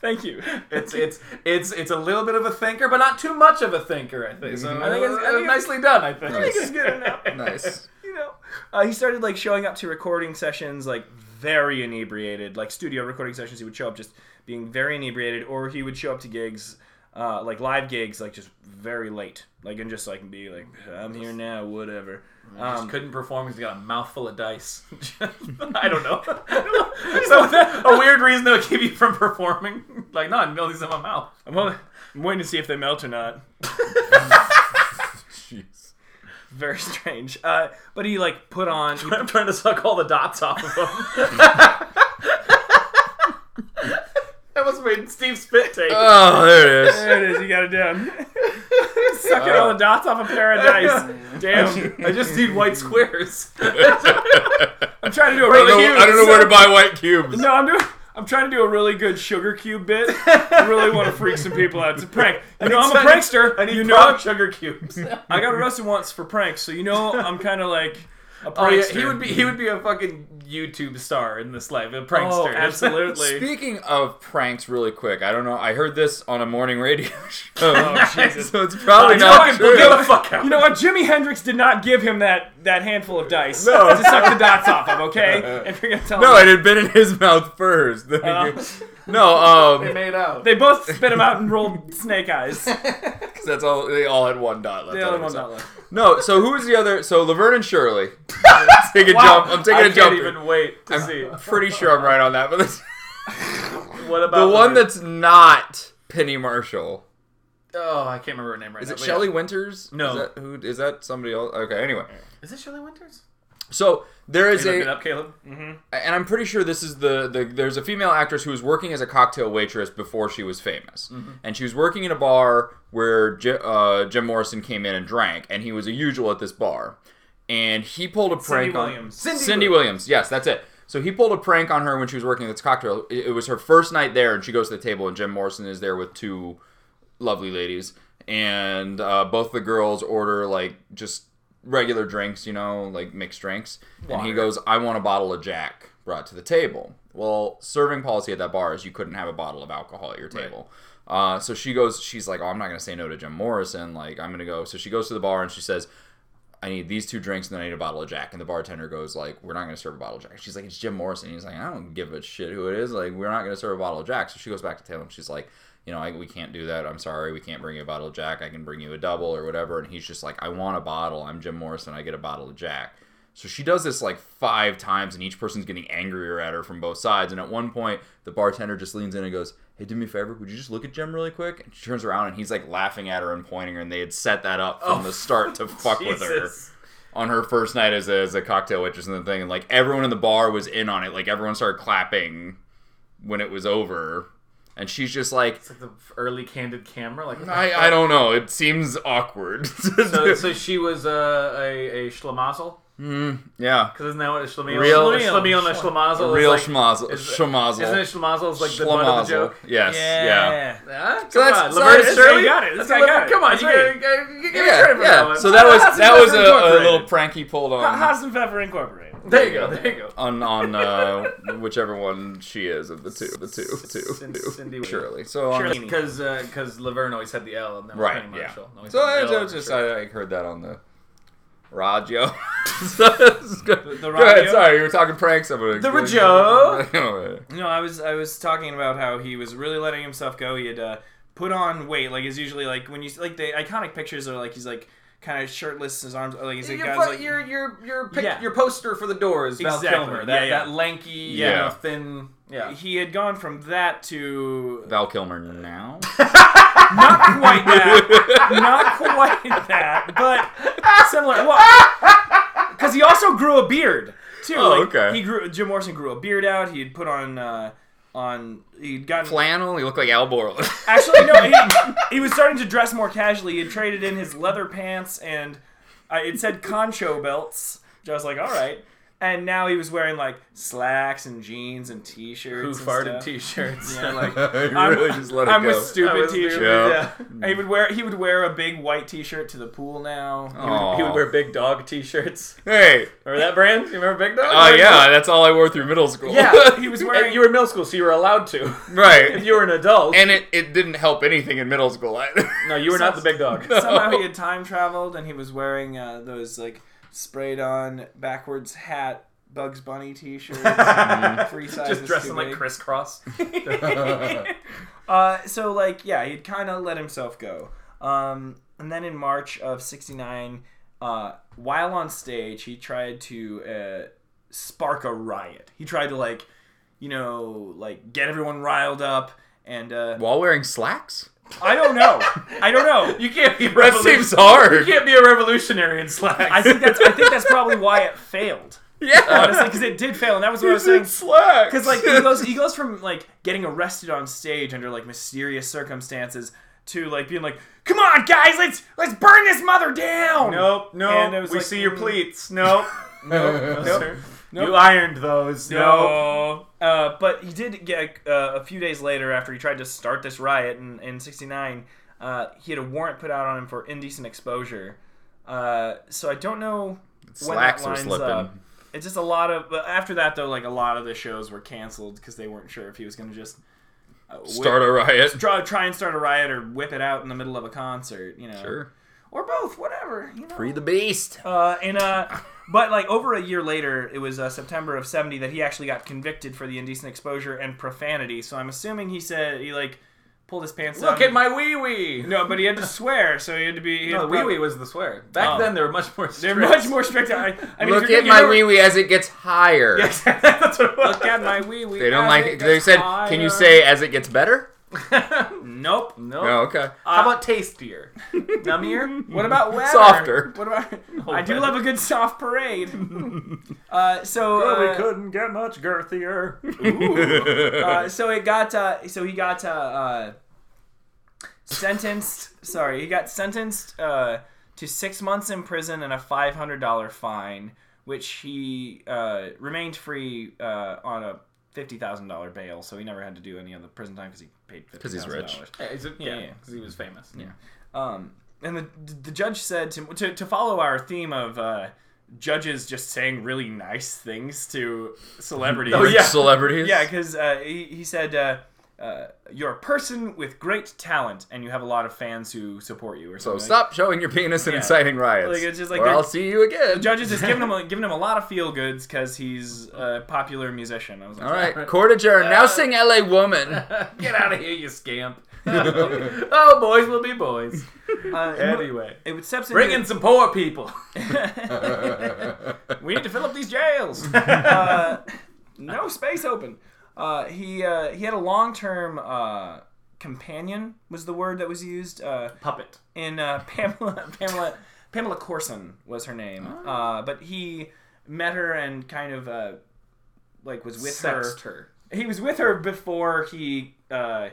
Thank you. it's it's it's it's a little bit of a thinker, but not too much of a thinker. I think. So I think it's, I think it's nicely done. I think. Nice. It's good enough. nice. You know, uh, he started like showing up to recording sessions like very inebriated, like studio recording sessions. He would show up just being very inebriated, or he would show up to gigs. Uh, like live gigs, like just very late, like and just like be like, I'm here now, whatever. Um, just couldn't perform because he got a mouthful of dice. I don't know. so a weird reason they'll keep you from performing. Like, no, I'm building these in my mouth. I'm, only- I'm waiting to see if they melt or not. Jeez. Very strange. Uh, but he like put on. he- I'm trying to suck all the dots off of them. that must have made Steve spit take. Oh, there it is. there it is. You got it down. Sucking all the dots off of paradise. Damn. I just need white squares. Oh, I'm trying to do a I really. don't, know, I don't know where to buy white cubes. No, I'm doing. I'm trying to do a really good sugar cube bit. I really want to freak some people out. It's a prank. You know, I'm a prankster. I need you brown know, sugar cubes. I got arrested once for pranks, so you know I'm kind of like a prankster. Oh, yeah, he would be he would be a fucking YouTube star in this life, a prankster. Oh, absolutely. Speaking of pranks, really quick, I don't know. I heard this on a morning radio show, Oh, Jesus. so it's probably He's not fucking true. get the fuck out. You know what? Jimi Hendrix did not give him that, that handful of dice No. to suck the dots off of, okay? If you're gonna tell No, Oh. me- it had been in his mouth first. Then Uh. he- no, um, made out. They both spit him out and rolled snake eyes. 'cause that's all. They all had one dot left. The on other it, one so- Um, not left. No, so who is the other? So Laverne and Shirley. Take a jump. I'm taking I a can't jump. even wait to I'm see. pretty sure I'm right on that, but that's- What about the one that? that's not Penny Marshall. Oh, I can't remember her name right Is now. it but Shelley Winters? No. Is that, who is that? Somebody else? Okay. Anyway, yeah. Is it Shelley Winters? so there is Is it a, up, Caleb? and I'm pretty sure this is the, the there's a female actress who was working as a cocktail waitress before she was famous, and she was working in a bar where J- uh, Jim Morrison came in and drank, and he was a usual at this bar, and he pulled a prank on Williams. Cindy, Cindy Williams. Yes, that's it. So he pulled a prank on her when she was working at this cocktail. It it was her first night there, and she goes to the table, and Jim Morrison is there with two lovely ladies, and uh, both the girls order like just regular drinks, you know, like mixed drinks. And he Water. goes, "I want a bottle of Jack brought to the table." Well, serving policy at that bar is you couldn't have a bottle of alcohol at your table. Uh, so she goes, she's like, "Oh, I'm not gonna say no to Jim Morrison. Like, I'm gonna go." So she goes to the bar and she says. I need these two drinks and then I need a bottle of Jack. And the bartender goes like, "We're not going to serve a bottle of Jack." She's like, "It's Jim Morrison." He's like, "I don't give a shit who it is. Like, we're not going to serve a bottle of Jack." So she goes back to the table and she's like, "You know, I, we can't do that. I'm sorry, we can't bring you a bottle of Jack. I can bring you a double or whatever." And he's just like, "I want a bottle. I'm Jim Morrison. I get a bottle of Jack." So she does this like five times, and each person's getting angrier at her from both sides. And at one point, the bartender just leans in and goes, "Hey, do me a favor. Would you just look at Jim really quick?" And she turns around, and he's like laughing at her and pointing her. And they had set that up from the start to fuck with her Jesus. on her first night as a, as a cocktail waitress and the thing. And like everyone in the bar was in on it. Like everyone started clapping when it was over, and she's just like, It's like the early candid camera. Like "I I don't know. It seems awkward." So, so she was uh, a a schlamassel. Yeah. Because isn't that what a schlemiel? Real- a schlemiel and a Schlemiel. schlemazel. Real is like, schmozzle. is- schmozzle. Isn't it schlemazel is like the butt of the joke? Yes. Yeah. Huh? So come that's- on, so Laverne this guy Shirley got it. This That's guy Laverne- got it. Come on, That's you right. gotta- you Yeah. give me credit for that yeah. one. So that was Hudson that was a, Pepper a Incorporated. little prank he pulled on Haas and Pfeffer Incorporated. There you go. There you go. on on uh, whichever one she is of the two, the two, Cin- two, Cindy two. Wade. Surely. So on Surely. Because because uh, Laverne always had the L and then Right. Penny Yeah. Marshall. always had So I, the L I and just Shirley. I, I heard that on the radio. the, the Go ahead. radio? Sorry, you were talking pranks. I'm gonna, The radio. No, I was I was talking about how he was really letting himself go. He had uh, put on weight, like is usually like when you like the iconic pictures are like he's like kind of shirtless, his arms like he's like, Your, guys, fo- like your your your pic- Yeah. your poster for the door is Val Exactly. Kilmer. That Yeah, yeah. that lanky, you Yeah. know, thin. Yeah. he had gone from that to Val Kilmer now. not quite that, not quite that, but similar. Well, because he also grew a beard too. Oh, like, okay. He grew Jim Morrison grew a beard out. He had put on uh, on he'd gotten Flannel. You look like Al Borland. Actually, no. He, he was starting to dress more casually. He had traded in his leather pants and uh, it said concho belts. Which I was like, all right. And now he was wearing like slacks and jeans and t-shirts. Who and farted stuff. t-shirts? Yeah. like you I'm- really just let it I'm go. with I stupid was t-shirts. doing- Yeah. yeah. And he would wear he would wear a big white t-shirt to the pool now. He would, he Aw. would wear big dog t-shirts. Hey. Remember that brand? You remember big dog? Oh yeah, that's all I wore through middle school. Yeah. He was And wearing. you were in middle school, so you were allowed to. if right. you were an adult, And it, it didn't help anything in middle school either. no, you were not the big dog. somehow he had time traveled and he was wearing uh, those like sprayed on backwards hat Bugs Bunny t-shirts. and three sizes Just too dressing like big. crisscross. Uh, so like yeah, he'd kind of let himself go. Um, and then in March of '69, uh, while on stage, he tried to uh, spark a riot. He tried to like, you know, like get everyone riled up. And uh, While wearing slacks? I don't know. I don't know. You can't be That revolu- seems hard. You can't be a revolutionary in slacks. I think that's I think that's probably why it failed. Yeah. Honestly, because it did fail, and that was what I was saying. slacks. Because like he goes, he goes from like getting arrested on stage under like mysterious circumstances to like being like, "Come on, guys, let's let's burn this mother down." Nope, no. And it was we like, see your mm. pleats. Nope, no, sir. You ironed those. No. no. Uh, but he did get uh, a few days later after he tried to start this riot in in '69. Uh, he had a warrant put out on him for indecent exposure. Uh, so I don't know. when that Slacks are lines slipping. up. It's just a lot of. But after that, though, like a lot of the shows were canceled because they weren't sure if he was going to just uh, whip- Start a riot. try, try and start a riot or whip it out in the middle of a concert, you know, Sure. or both, whatever. You know? Free the beast. Uh, and uh, but like over a year later, it was uh, September of '70 that he actually got convicted for the indecent exposure and profanity. So I'm assuming he said he like pulled his pants Look down. at my wee wee. no, but he had to swear, so he had to be. he had No, to the wee prob- wee was the swear. Back Oh. then, they were much more. They're Strict. much more strict. I, I mean, if Look you're at gonna- my you know- wee wee as it gets higher. That's what it was. Look at my wee wee. They don't like it. They said, "Can you say as it gets better?" nope? no. Oh, okay. Uh, How about tastier? Nummier? What about weather? Softer. What about? I do love a good soft parade. uh, so uh, couldn't get much girthier. uh, so it got uh, so he got uh, uh, sentenced. sorry, he got sentenced uh, to six months in prison and a five hundred dollar fine, which he uh, remained free uh, on a fifty thousand dollar bail. So he never had to do any of the prison time because he paid fifty he's thousand rich. dollars. Yeah, because yeah. he was famous. Yeah. Um, and the the judge said to to, to follow our theme of uh, judges just saying really nice things to celebrities. Oh, yeah. Celebrities. yeah, because uh, he he said. Uh, uh, you're a person with great talent, and you have a lot of fans who support you, or So something. stop showing your penis and Yeah. inciting riots, Like, it's just like or they're- I'll see you again. Judges just giving him a, giving him a lot of feel goods because he's a popular musician. I was like, All right, court adjourned. Uh, now sing "L.A. Woman." Get out of here, you scamp. oh, boys will be boys. Uh, Anyway. it would steps Bring into- in some poor people. we need to fill up these jails. uh, no space open. Uh, he uh, he had a long term uh, companion was the word that was used uh, Puppet. in uh, Pamela Pamela Pamela Corson was her name. Oh. Uh, but he met her and kind of uh, like was with her. Sexed her. He was with her before he uh,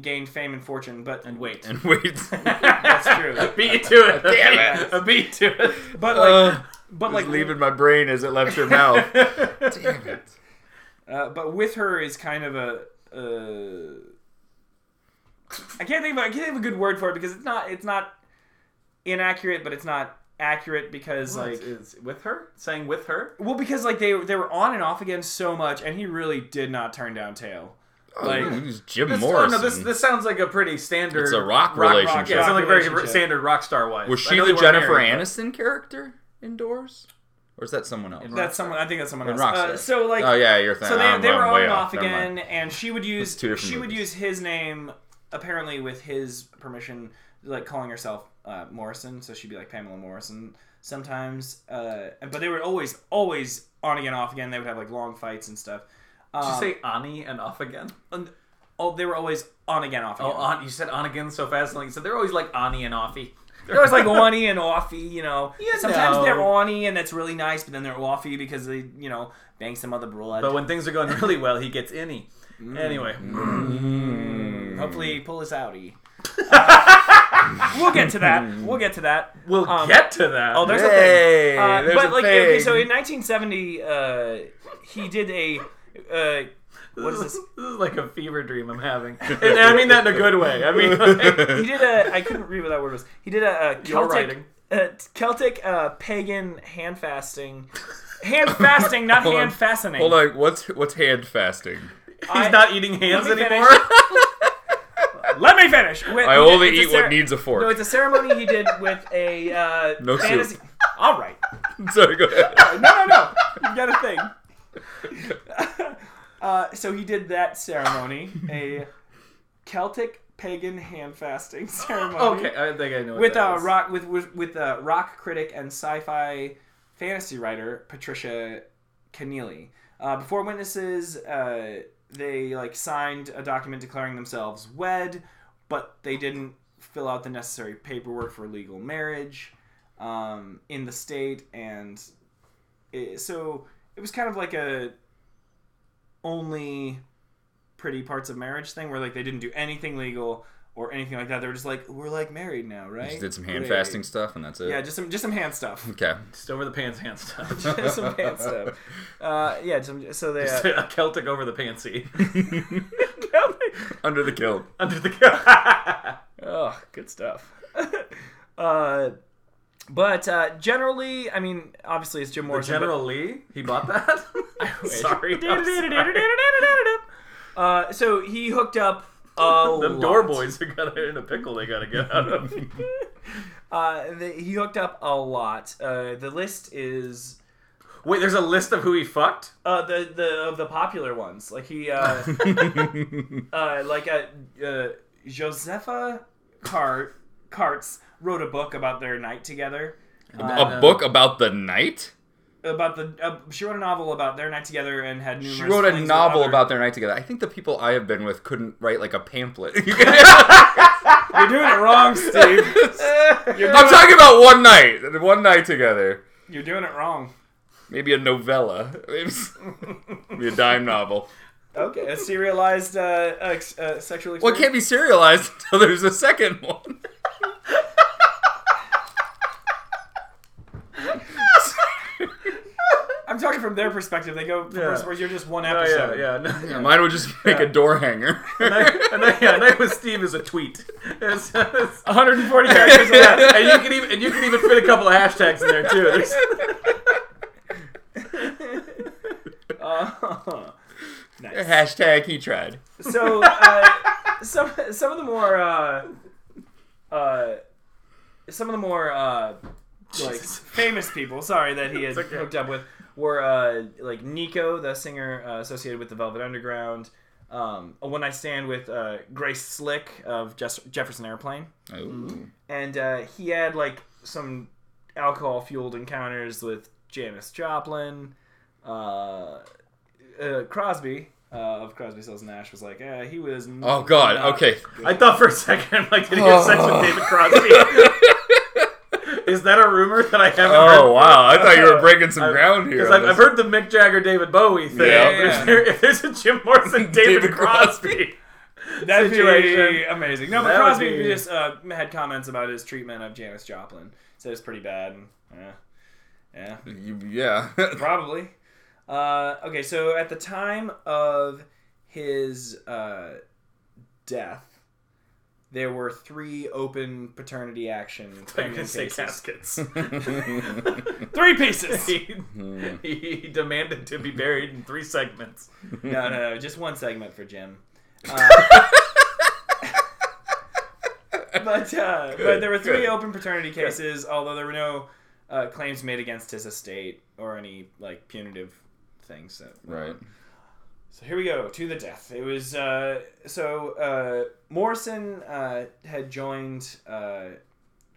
gained fame and fortune. But And wait. and wait. that's true. beat you to it. Damn Beat you to it. But like, Uh, But like like leaving my brain as it left your mouth. Damn it. Uh, but with her is kind of a. Uh, I can't think of I can't think of a good word for it because it's not it's not inaccurate, but it's not accurate because like it's, it's with her saying with her. well because like they they were on and off again so much, and he really did not turn down tail. Like Ooh, he's Oh, Jim This, oh, Morrison. no, this this sounds like a pretty standard. It's a rock relationship. yeah, it sounds like a very Relationship. standard rock star wife. Was I she know the they weren't Jennifer married, but- Aniston character indoors, or is that someone else? In- that's someone I think that's someone And else. Rockstar. Uh, so like oh yeah, you're so thinking. they, I'm- they I'm were on way and off Never mind. again, and she would use two different she would movies. use his name apparently with his permission, like calling herself uh, Morrison. So she'd be like Pamela Morrison sometimes. Uh, but they were always always on again, off again. They would have like long fights and stuff. Did Um, you say Ani and off again? and- oh, they were always on again, off again. Oh, on, you said on again so fast. Like you said, they're always like Ani and offy. They're always like ony and offy, you know. You Sometimes know. they're ony and that's really nice, but then they're offy because they, you know, bang some other broad. But when things are going really well, he gets inny. Mm. Anyway, Hopefully, pull us outie. we'll get to that. We'll get to that. we'll Um, get to that. Oh, there's a Hey, thing. Uh, there's but a like, okay, so thing. in 1970, uh, he did a. Uh, what is this? This is like a fever dream I'm having, and I mean that in a good way. I mean, like, He did a. I couldn't read what that word was. He did a, a You're Celtic, writing. uh, Celtic uh, pagan hand fasting, hand fasting, not Hold on. hand fastening. Well, like, what's what's hand fasting? he's not eating hands Let me anymore. Let me finish. Wait, I he did- only it's a eat what cer- needs a No, fork. it's a ceremony he did with a uh, No soup. fantasy. All right. Sorry, go ahead. no, no, no. You've got a thing. Uh, so he did that ceremony, a Celtic pagan hand fasting ceremony. okay, I think I know. What With that uh, is. rock with with, with uh, rock critic and sci-fi fantasy writer Patricia Keneally. Uh, before witnesses, uh, they like signed a document declaring themselves wed, but they didn't fill out the necessary paperwork for legal marriage um, in the state, and it, so it was kind of like a only pretty parts of marriage thing where like they didn't do anything legal or anything like that. They were just like, we're like married now, right? Just did some hand Great. fasting stuff, and that's it. Yeah, just some just some hand stuff. Okay. Just over the pants, hand stuff. Just some hand stuff. Uh, yeah, some, so they. Uh, a Celtic over the pantsy Under the kilt. under the. oh, good stuff. uh, but uh, generally, I mean, obviously it's Jim Morrison. but- General Lee, he bought that. sorry, I'm sorry. Uh, so he hooked up a Them lot. door boys who got in a pickle they gotta get out of. Uh, the, he hooked up a lot. Uh, the list is Wait, there's a list of who he fucked? uh, the the of the popular ones. Like he uh, uh, like uh, uh, Josepha Cart Carts wrote a book about their night together. a book about the night. About the uh, she wrote a novel about their night together and had numerous. She wrote a flings with novel other- about their night together. I think the people I have been with couldn't write like a pamphlet. You're doing it wrong, Steve. you're, I'm talking about one night, one night together. you're doing it wrong. Maybe a novella, maybe s- maybe a dime novel. Okay, a serialized uh, ex, uh, sexual. Well, it Experience. can't be serialized until there's a second one. I'm talking from their perspective. They go from Yeah. first where you're just one Oh, episode. yeah, yeah. No, yeah. Mine would just make a door hanger. and then, yeah, Night with Steve is a tweet. It's- it's- 140 characters. of that. and you can even and you can even fit a couple of hashtags in there too. There's- Uh, nice. Hashtag he tried. So uh, some some of the more uh, uh, some of the more uh, like Jesus. famous people. Sorry that he had It's okay. hooked up with were uh, like Nico, the singer uh, associated with the Velvet Underground. Um, a one night stand with uh, Grace Slick of Jess Jefferson Airplane, Ooh. and uh, he had like some alcohol fueled encounters with Janis Joplin. Uh, uh, Crosby uh, of Crosby, Stills, and Nash was like, eh, he was. Oh God. Okay. I thought for a second, I'm like, did he get sex with David Crosby? is that a rumor that I haven't Oh heard? wow. I thought you were breaking some ground here. Because on I've, this. I've heard the Mick Jagger David Bowie thing. Yeah. If, there- if there's a Jim Morrison David, David Crosby, That'd be situation. amazing. No, but That would Crosby be- just uh, had comments about his treatment of Janis Joplin. Said it's pretty bad. And, eh. Yeah. You- yeah. Probably. Uh, okay, so at the time of his uh, death, there were three open paternity action I'm pending gonna say cases. caskets. Three pieces. he, he demanded to be buried in three segments. no, no, no, just one segment for Jim. Uh, but uh, but Good, there were three good. open paternity cases, although there were no uh, claims made against his estate or any like punitive things that right. So here we go to the death. It was uh, so uh, Morrison uh, had joined uh,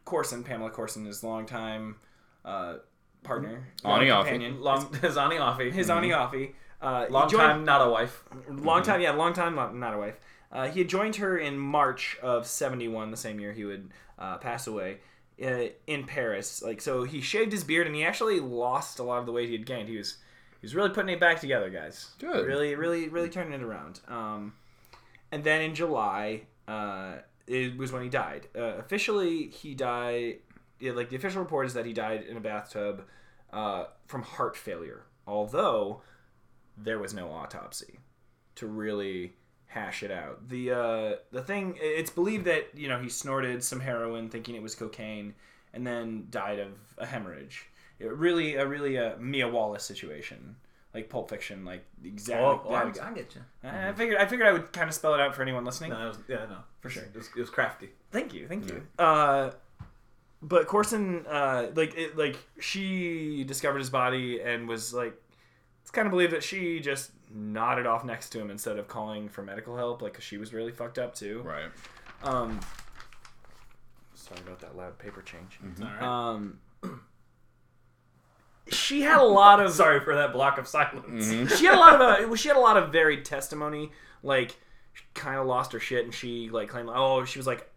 Corson, Pamela Corson, his longtime uh, partner, On and off. companion, Long his Ani Offi. his on and offy. Uh, he Mm-hmm. long joined- time not a wife. Mm-hmm. long time, yeah, long time, not, not a wife. Uh, he had joined her in March of '71, the same year he would uh, pass away uh, in Paris. Like, so he shaved his beard, and he actually lost a lot of the weight he had gained. He was, he was really putting it back together, guys. Good. Really, really, really turning it around. Um, and then in July, uh, it was when he died. Uh, officially, he died. Yeah, like the official report is that he died in a bathtub uh, from heart failure. Although there was no autopsy to really hash it out. The uh, the thing it's believed that you know he snorted some heroin, thinking it was cocaine, and then died of a hemorrhage. It really a really a Mia Wallace situation, like Pulp Fiction, like exactly. that- Oh, get you. I figured I figured I would kind of spell it out for anyone listening. No, it was, yeah, no, for sure. It was, it was crafty. Thank you, thank you. Uh, but Corson, uh, like it, like she discovered his body and was like, it's kind of believed that she just nodded off next to him instead of calling for medical help, like 'cause she was really fucked up too. Right. Um, sorry about that loud paper change. Mm-hmm. All right. Um, she had a lot of Sorry for that block of silence. she had a lot of uh, well, she had a lot of varied testimony. Like, kind of lost her shit, and she like claimed, oh, she was like,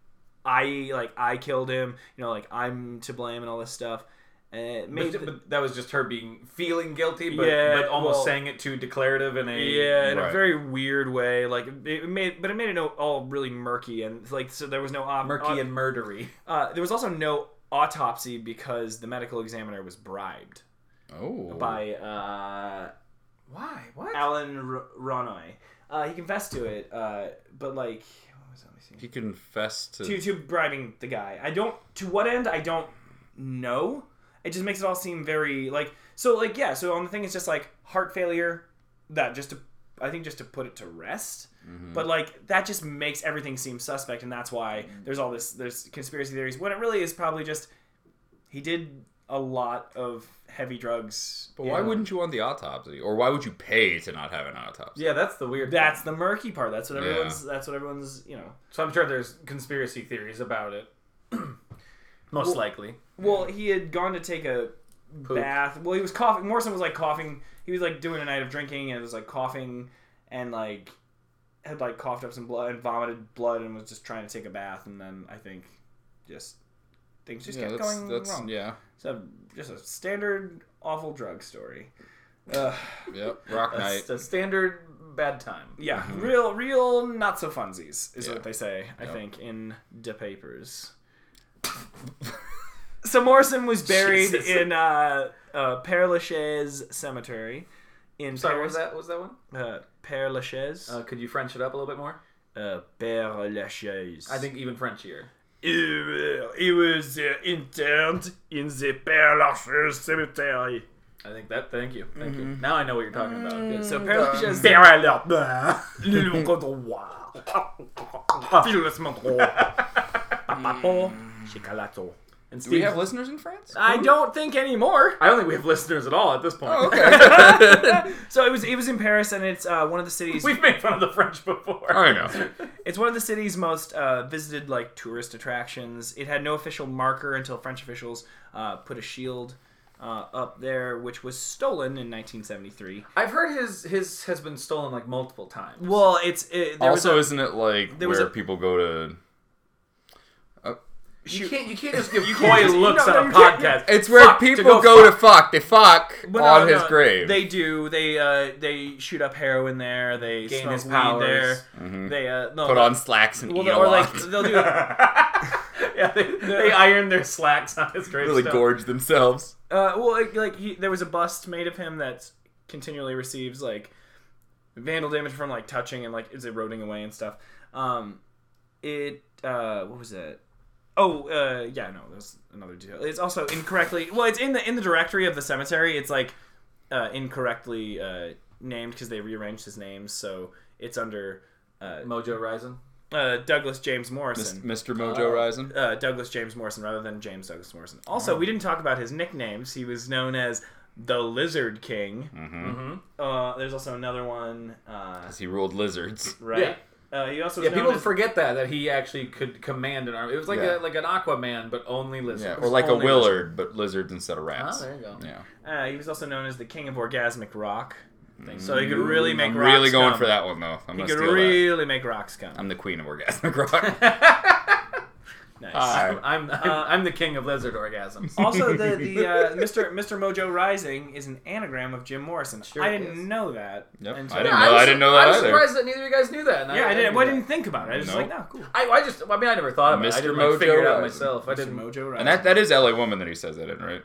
I like I killed him, you know, like I'm to blame and all this stuff. And it But, made ju- but that was just her being feeling guilty, but, Yeah, but almost well- saying it too declarative in a yeah, in a Right. very weird way. Like it made, but it made it no- all really murky and like so there was no ob- murky and murdery. uh, there was also no autopsy because the medical examiner was bribed Oh. by uh, Why? What? Alan R- Ronoy. Uh, he confessed to it, uh, but like what was that? Let me see. He confessed to. to to bribing the guy. I don't to what end I don't know. It just makes it all seem very like so like yeah. So on the thing, it's just like heart failure. That just to I think just to put it to rest. Mm-hmm. But like that just makes everything seem suspect, and that's why Mm-hmm. there's all this there's conspiracy theories when it really is probably just he did a lot of heavy drugs. but why in- wouldn't you want the autopsy, or why would you pay to not have an autopsy? yeah, that's the weird. that's the murky part. That's what Yeah. everyone's. That's what everyone's. You know. So I'm sure there's conspiracy theories about it. Most likely. Well, he had gone to take a Poop. bath. Well, he was coughing. Morrison was like coughing. He was like doing a night of drinking and was like coughing and like had like coughed up some blood and vomited blood and was just trying to take a bath and then I think just things just Yeah, kept that's, going that's wrong. yeah, So just a standard awful drug story. Ugh. yep. Rock Knight. That's a standard bad time. yeah, real real not so funsies is Yeah. what they say. I Yep. think in the papers. So Morrison was buried Jesus. in uh, uh, Père Lachaise Cemetery in Sorry, what Paris. was that? What was that one? Uh, Père Lachaise. Uh, could you French it up a little bit more? Uh, Père Lachaise. I think even Frenchier. he, he was uh, interned in the Père Lachaise Cemetery. I think that. Thank you. Thank you. Now I know what you're talking about. Good. So Père Lachaise. Père Lachaise. And Do we Steve, have listeners in France? I don't think anymore. I don't think we have listeners at all at this point. Oh, okay. So it was it was in Paris, and it's uh, one of the cities. We've made fun of the French before. I know. It's one of the city's most uh, visited, like tourist attractions. It had no official marker until French officials uh, put a shield uh, up there, which was stolen in 1973. I've heard his his has been stolen like multiple times. Well, it's it, there also, was isn't it like there where was a- people go to? You can't you can't just give can't coy just- looks no, on you a can't- podcast. It's where Fuck, people go, to fuck. They fuck a, well, on no, his no, grave. They do. They uh, they shoot up heroin there. They Gain smoke his weed powers. Mm-hmm. there. They uh, no, Put no. on slacks and Well, eat a or like lot. they'll do. yeah, they, they ironed their slacks on his gravestone. Really gorge themselves. Uh, well, like, like he, there was a bust made of him that continually receives like vandal damage from like touching and like is eroding away and stuff. Um, it uh, what was it? Oh, uh, yeah, no, that's another detail. It's also incorrectly. Well, it's in the in the directory of the cemetery. It's like uh, incorrectly uh, named because they rearranged his name, so it's under uh, Mojo Rising. uh, Douglas James Mis- Morrison. Mr. Mojo Rising. uh, Douglas James Morrison rather than James Douglas Morrison. Oh. Also, we didn't talk about his nicknames. He was known as the Lizard King. Mm-hmm. Uh, there's also another one, uh, 'Cause he ruled lizards. right? Uh, he also was Yeah, known people as, forget that that he actually could command an army. It was like a, Yeah. like an Aquaman, but only Yeah, lizards. or like a Only lizards. Willard, but lizards instead of Ah, rats. there you go. Yeah. uh, he was also known as the King of Orgasmic Rock. So he could really make Mm, I'm rocks really going come. for that one though. I'm He gonna could steal that. really make rocks come. I'm the queen of orgasmic rock. nice. Hi. I'm I'm, Uh, I'm the king of lizard orgasms. also, the the uh, Mr. Mr. Mojo Rising is an anagram of Jim Morrison. Sure I it didn't is. know that. Yep, And I so- didn't know- I didn't know that I was either. surprised that neither of you guys knew that. and Yeah, I didn't. knew I that. didn't think about it. I was just Nope. like, no, cool. I, I just I mean I never thought about it. I Mr. didn't like, Mojo figure it out Rising. myself. I Mr. didn't. Mojo Rising. And that, that is LA Woman that he says that in, right?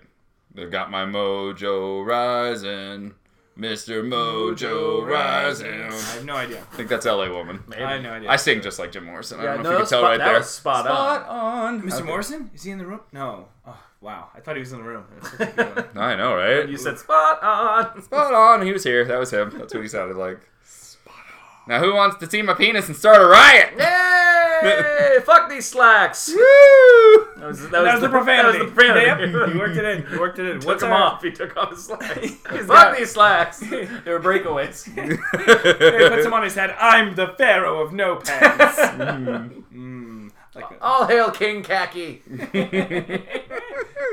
They've got my mojo rising, Mr. Mojo I rising. have no idea. I think that's LA Woman. I have no idea. I sing just like Jim Morrison. I Yeah, don't know no, that's if you can tell spot- right that there. was spot spot on. Mr. Okay. Morrison? Is he in the room? No. Oh, wow. I thought he was in the room. That's such a good one. I know, right? You said spot on. Spot on. He was here. That was him. That's what he sounded like. Spot on. Now, who wants to see my penis and start a riot? Yay! Fuck these slacks. Woo! That was, that That was the profanity. That was the profanity. Yep, you worked it in. You worked it in. Took What's him our- off. He took off his slacks. He's Fuck got- these slacks. They were breakaways. They put some on his head. I'm the pharaoh of no pants. Mm. Like a- All hail King Khaki.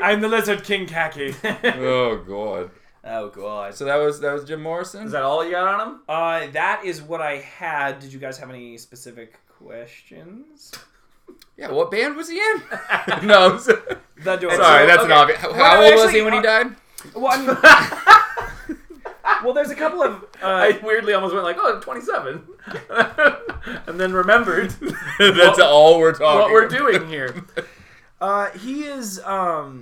I'm the lizard king khaki. oh god. oh god. So that was that was Jim Morrison. Is that all you got on him? Uh, that is what I had. Did you guys have any specific questions? yeah. What band was he in? no. I'm so- The door. Sorry, that's okay. an obvious. How, how old was he when he died? Well, I'm- well, there's a couple of. Uh, I weirdly almost went like, oh, 27. and then remembered That's all we're talking. what we're about. doing here. uh, he is um.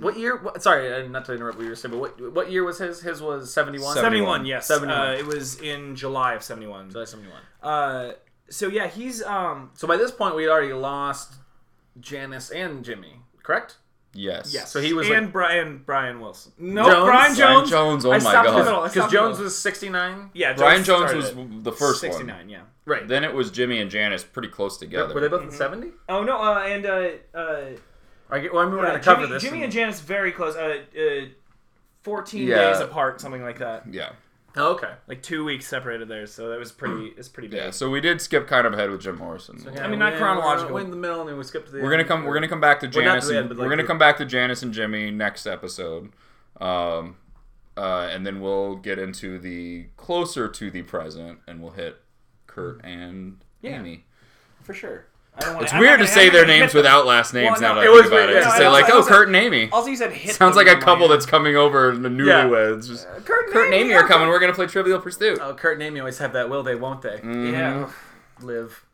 What year? What, sorry, uh, not to interrupt what you were saying, but what, what year was his? His was 71? 71, yes. 71. Uh, it was in July of 71. July 71. Uh, so yeah, he's um So by this point, we had already lost Janice and Jimmy, correct? Yes. yes. So he was and like- Brian Brian Wilson. No, Jones? Brian Brian Jones. Jones. Oh my I stopped in the middle. god. I Because stopped Jones in the middle. was 69? yeah. Brian Jones started was it. the first 69. one. Yeah. Right. Then it was Jimmy and Janice, pretty close together. Were they both in 70? Oh no, uh, and uh, uh, I get, well, I mean, we're yeah, going to Jimmy, cover this. Jimmy in- and Janice very close. Uh, uh, fourteen Yeah. days apart, something like that. yeah. oh, okay. Like two weeks separated there, so that was pretty. It's pretty big. Yeah. So we did skip kind of ahead with Jim Morrison. Yeah, mean, not we're- chronological. We're in the middle and then we skip to the We're gonna come. We're gonna come back to not Janice. to the and- end, but, we're like, gonna the- come back to Janice and Jimmy next episode, um, uh, and then we'll get into the closer to the present, and we'll hit Kurt and Amy. for sure. I don't wanna, It's I'm weird to not gonna- say I'm their gonna names hit them. without last names. Well, now no, that it I was think about weird, it, yeah, to I say know, like, I oh, "Oh, was like- Kurt and Amy." Also, you said hit. Sounds like a them, couple like- that's coming over in the newlyweds. Just, Kurt, Kurt and Amy are coming. We're gonna play Trivial Pursuit. Oh, Kurt and Amy always have that will they, won't they? Mm-hmm. Yeah. Live.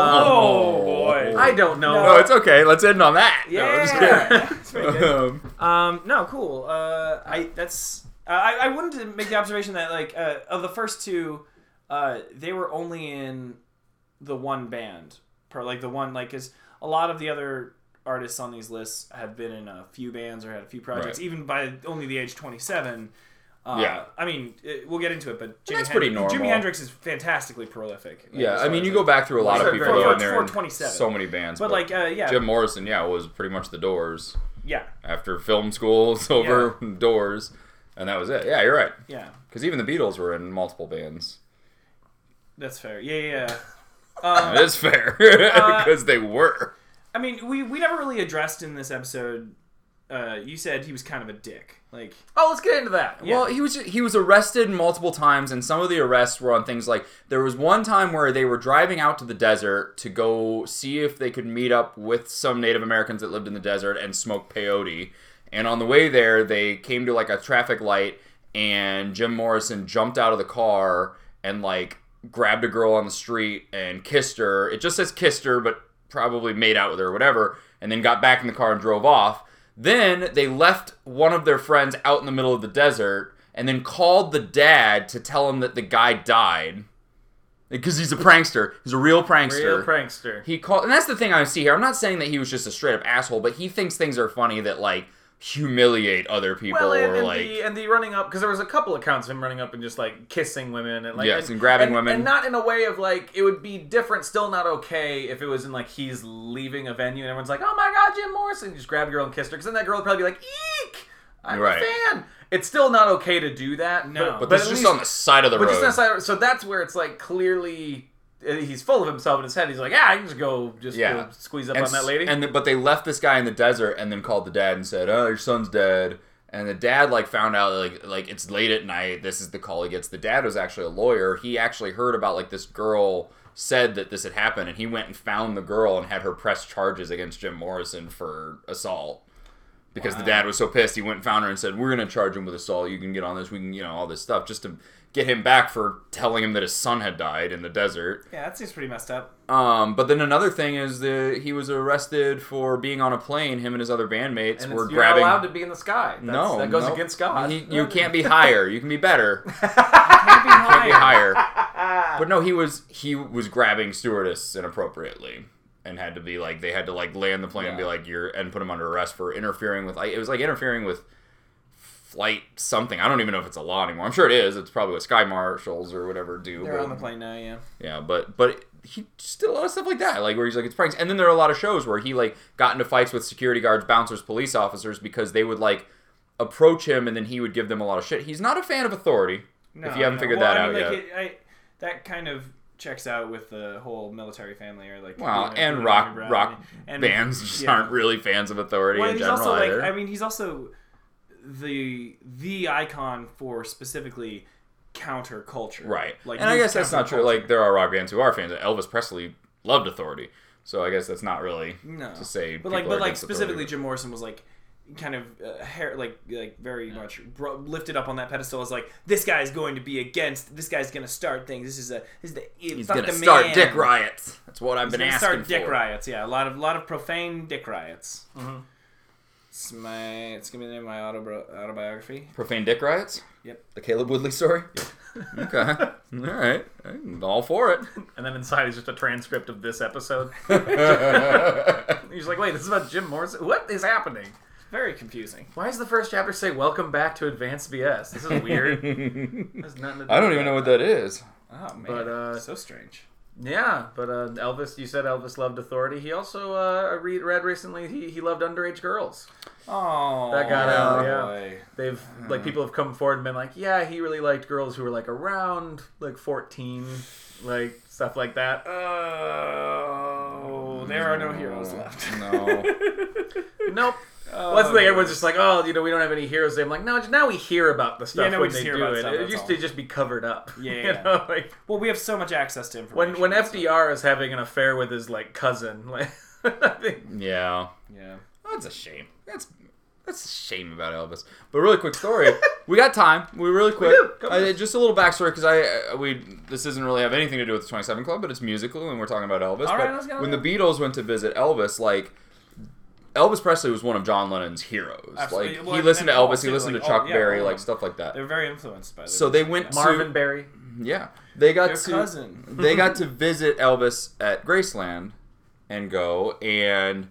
Oh, boy. I don't know. No. No, it's okay. Let's end on that. Yeah. No, it's That's pretty good. Um, Um, no, cool. Uh, I that's uh, I I wanted to make the observation that like uh, of the first two, uh, they were only in the one band per like the one like is a lot of the other artists on these lists have been in a few bands or had a few projects Right. even by only the age 27 uh, Yeah. I mean, it, we'll get into it, but Jimi that's pretty Hendrix- Jimi normal. Hendrix is fantastically prolific. like, yeah. as I far mean, as, you go like- back through a lot of Sure, people for- though, and for- they're in 427. so many bands. but like, uh, yeah, Jim Morrison, yeah, was pretty much the Doors. yeah, after film school's over doors and that was it yeah you're right yeah, because even the beatles were in multiple bands that's fair. Yeah, yeah. yeah. Um, it is fair because they were I mean, we we never really addressed in this episode. Uh, you said he was kind of a dick. Like, Oh, let's get into that. Yeah. well he was he was arrested multiple times and some of the arrests were on things like there was one time where they were driving out to the desert to go see if they could meet up with some native americans that lived in the desert and smoke peyote and on the way there they came to like a traffic light and jim morrison jumped out of the car and like grabbed a girl on the street and kissed her. It just says kissed her, but probably made out with her or whatever, and then got back in the car and drove off. Then they left one of their friends out in the middle of the desert and then called the dad to tell him that the guy died. Because he's a prankster. He's a real prankster. Real prankster. He called, and that's the thing I see here. I'm not saying that he was just a straight up asshole, but he thinks things are funny that like humiliate other people Well, and, or and, like the, and the running up because there was a couple accounts of him running up and just like kissing women and like Yes, and grabbing women. and not in a way of like it would be different, still not okay if it was in like he's leaving a venue and everyone's like, oh my god, Jim Morrison, you just grab a girl and kiss her because then that girl would probably be like, eek, I'm Right. a fan. It's still not okay to do that. No. but, but but at this is just least- on the side of the but road. just on the side of- so that's where it's like clearly. uh, He's full of himself in his head. He's like, "Yeah, I can just go, just Yeah. go squeeze up and, on that s- lady." and th- but they left this guy in the desert and then called the dad and said, "Oh, your son's dead." And the dad like found out like like it's late at night. This is the call he gets. The dad was actually a lawyer. He actually heard about like this girl said that this had happened, and he went and found the girl and had her press charges against Jim Morrison for assault. Because the dad was so pissed, he went and found her and said, "We're gonna charge him with assault. You can get on this. We can, you know, all this stuff just to get him back for telling him that his son had died in the desert." Yeah, that seems pretty messed up. Um, but then another thing is that he was arrested for being on a plane. Him and his other bandmates And were it's- you're grabbing. not allowed to be in the sky. That's, no, that goes no. against God. He- you can't be higher. You can be better. You Can't be can't be higher. higher. But no, he was he was grabbing stewardess inappropriately, and had to be like they had to like land the plane and be Yeah. like you're and put him under arrest for interfering with like it was like interfering with flight something. I don't even know if it's a law anymore. I'm sure it is. It's probably what sky marshals or whatever do. They're but- on the plane now, yeah. yeah, but but he just did a lot of stuff like that, like where he's like it's pranks. And then there are a lot of shows where he like got into fights with security guards, bouncers, police officers because they would like approach him and then he would give them a lot of shit. He's not a fan of authority. if you haven't figured Well, that I mean, out like, yet. It, I, that kind of checks out with the whole military family or like. Well, being a- being and a rock member, I rock mean, and- bands just yeah. aren't really fans of authority Well, in he's general also either. like I mean he's also the the icon for specifically counterculture. right. Like and I youth guess that's not true. counterculture. Like there are rock bands who are fans. Elvis Presley loved authority. So I guess that's not really No. to say but like people but are like against specifically authority. Jim Morrison was like kind of uh, hair like like very Mm. much bro- lifted up on that pedestal as like this guy's going to be against this guy's going to start things. This is a this is the eh, He's fuck gonna the start man. dick riots. That's what I've He's been gonna asking start dick for. Mm-hmm. riots. Yeah, a lot of lot of profane dick riots. It's my it's gonna be the name of my autobi- autobiography. Profane dick riots? Yep. The Caleb Woodley story? okay. All right. I'm all for it. And then inside is just a transcript of this episode. That's He's like, wait, this is about Jim Morrison? What is happening? Very confusing. Why does the first chapter say, welcome back to Advanced BS? This is weird. There's nothing to do I don't with even know that. what that is. Oh man, But, uh, so strange. Yeah, but uh, Elvis, you said Elvis loved authority. He also, uh, I read, read recently, he, he loved underage girls. Oh, That got out, yeah. boy. They've, Hmm. like, people have come forward and been like, yeah, he really liked girls who were, like, around, like, 14, like, stuff like that. Uh, Oh, there are no heroes left. No. Nope. Well, that's the thing. Everyone's just like, oh, you know, we don't have any heroes. Day. I'm like, no, just- now we hear about the stuff Yeah, now we when just they hear do about it. stuff, it that's used all. to just be covered up. Yeah, you yeah. know, like Well, we have so much access to information. when when so- FDR is having an affair with his like cousin, like I think yeah. yeah, That's a shame. That's that's a shame about Elvis. But really quick story. we got time. We're really quick. do. Come I, just a little backstory because I uh, we this doesn't really have anything to do with the Twenty Seven Club, but it's musical and we're talking about Elvis. All but right, let's get when the on Beatles went to visit Elvis, like. Elvis Presley was one of John Lennon's heroes. Absolutely. Like Well, he and- listened to and all Elvis, he too, listened like, to all- Chuck yeah, Berry, all like of stuff like that. they're very influenced by. the So they Beatles, went yeah. Marvin Berry. Yeah, they got Their to cousin. they got to visit Elvis at Graceland and go and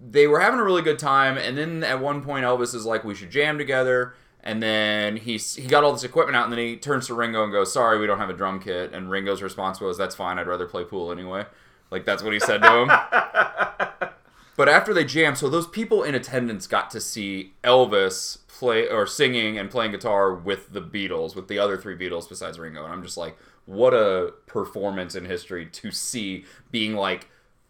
they were having a really good time and then at one point Elvis is like we should jam together and then he s- he got all this equipment out and then he turns to Ringo and goes sorry we don't have a drum kit and Ringo's response was that's fine I'd rather play pool anyway like that's what he said to him but after they jammed so those people in attendance got to see Elvis play or singing and playing guitar with the Beatles with the other three Beatles besides Ringo and I'm just like what a performance in history to see being like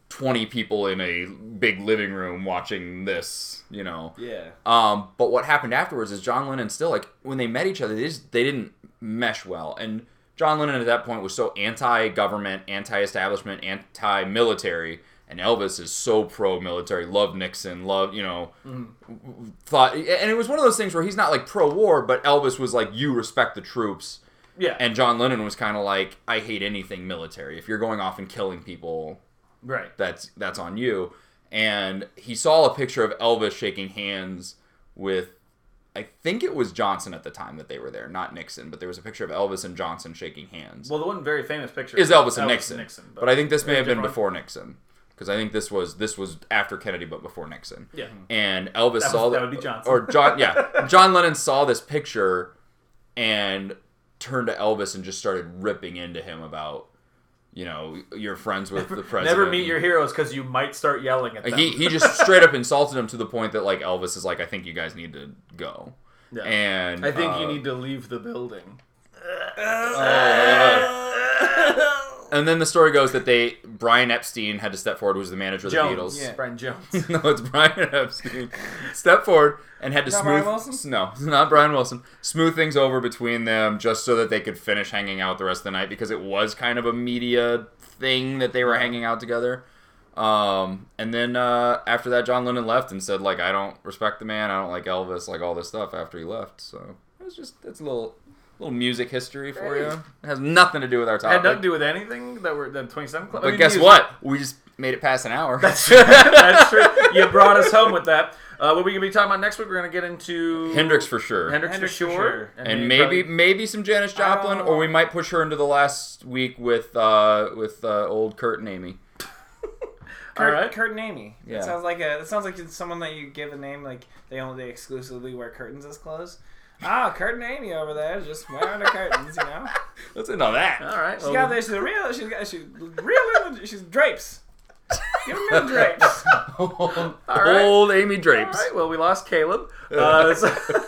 20 people in a big living room watching this, you know. Yeah, Um, but what happened afterwards is John Lennon still like when they met each other, they just they didn't mesh well. And John Lennon at that point was so anti-government, anti-establishment, anti-military, and Elvis is so pro-military, loved Nixon, loved you know, thought, and it was one of those things where he's not like pro-war, but Elvis was like, you respect the troops. Yeah, And John Lennon was kind of like, I hate anything military. If you're going off and killing people, Right. that's that's on you. And he saw a picture of Elvis shaking hands with I think it was Johnson at the time that they were there, not Nixon, but there was a picture of Elvis and Johnson shaking hands. Well, the one very famous picture is Elvis and Nixon. but, I think this may have been different. before Nixon because I think this was this was after Kennedy but before Nixon. Yeah. And Elvis That saw was- the- that would be Johnson. or John yeah John Lennon saw this picture and turned to Elvis and just started ripping into him about you know you're friends with the president. never meet your heroes because you might start yelling at them. Like, he, he just straight up insulted him to the point that like Elvis is like, I think you guys need to go. Yeah. And I think you uh, need to leave the building. And then the story goes that they Brian Epstein had to step forward, who was the manager of the Jones, Beatles. Brian Jones. no, it's Brian Epstein. Step forward and had to Not smooth. Brian Wilson? No, it's not Brian Wilson. Smooth things over between them just so that they could finish hanging out the rest of the night because it was kind of a media thing that they were hanging out together. Um, and then uh, after that, John Lennon left and said like, "I don't respect the man. I don't like Elvis. Like all this stuff." After he left, so it was just that's a little little music history for you. It has nothing to do with our topic. had nothing to do with anything that were the 27 Club. I Uh, but mean, guess you- what? We just made it past an hour. That's true. You brought us home with that. Uh, what we gonna be talking about next week? We're gonna get into Hendrix for sure. Hendrix, Hendrix for for sure, sure. and maybe maybe some Janis Joplin, or we might push her into the last week with uh with uh, old Kurt and Amy. Kurt, All right. Kurt and Amy. Yeah. That sounds like a. That sounds like it's someone that you give a name like they only they exclusively wear curtains as clothes. Ah, Kurt and Amy over there just wearing the curtains, you know. Let's end on that. All right. She well, got there. She's a real. She's got. She's real. in the- She's drapes. Give them them drapes. right. Old Amy Drapes. All right. Well, we lost Caleb. Uh, so-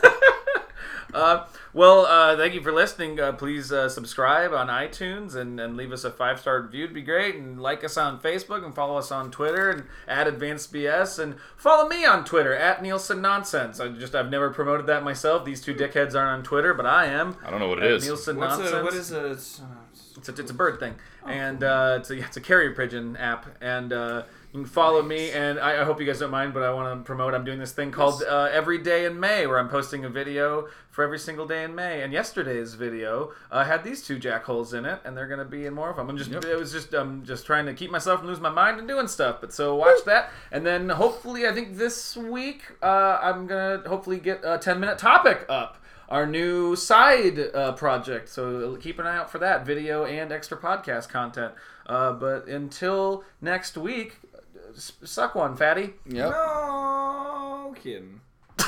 Uh, well, uh, thank you for listening. Uh, please uh, subscribe on iTunes and, and leave us a five star review. It'd be great. And like us on Facebook and follow us on Twitter and at Advanced BS and follow me on Twitter at Nielsen Nonsense. I just I've never promoted that myself. These two dickheads aren't on Twitter, but I am. I don't know what it At is. Nielsen What's Nonsense. a, what is a? It's, uh, It's a, it's a bird thing, and uh, it's, a, yeah, it's a carrier pigeon app, and uh, you can follow me. And I, I hope you guys don't mind, but I want to promote. I'm doing this thing called uh, Every Day in May, where I'm posting a video for every single day in May. And yesterday's video uh, had these two jackholes in it, and they're gonna be in more of them. I'm just it was just I'm just trying to keep myself from losing my mind and doing stuff. But so watch that, and then hopefully I think this week uh, I'm gonna hopefully get a 10 minute topic up our new side uh, project. So keep an eye out for that video and extra podcast content. Uh, but until next week, uh, s- suck one, fatty. Yep. no kidding.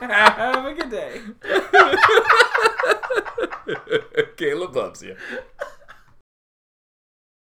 Have a good day. Caleb loves you.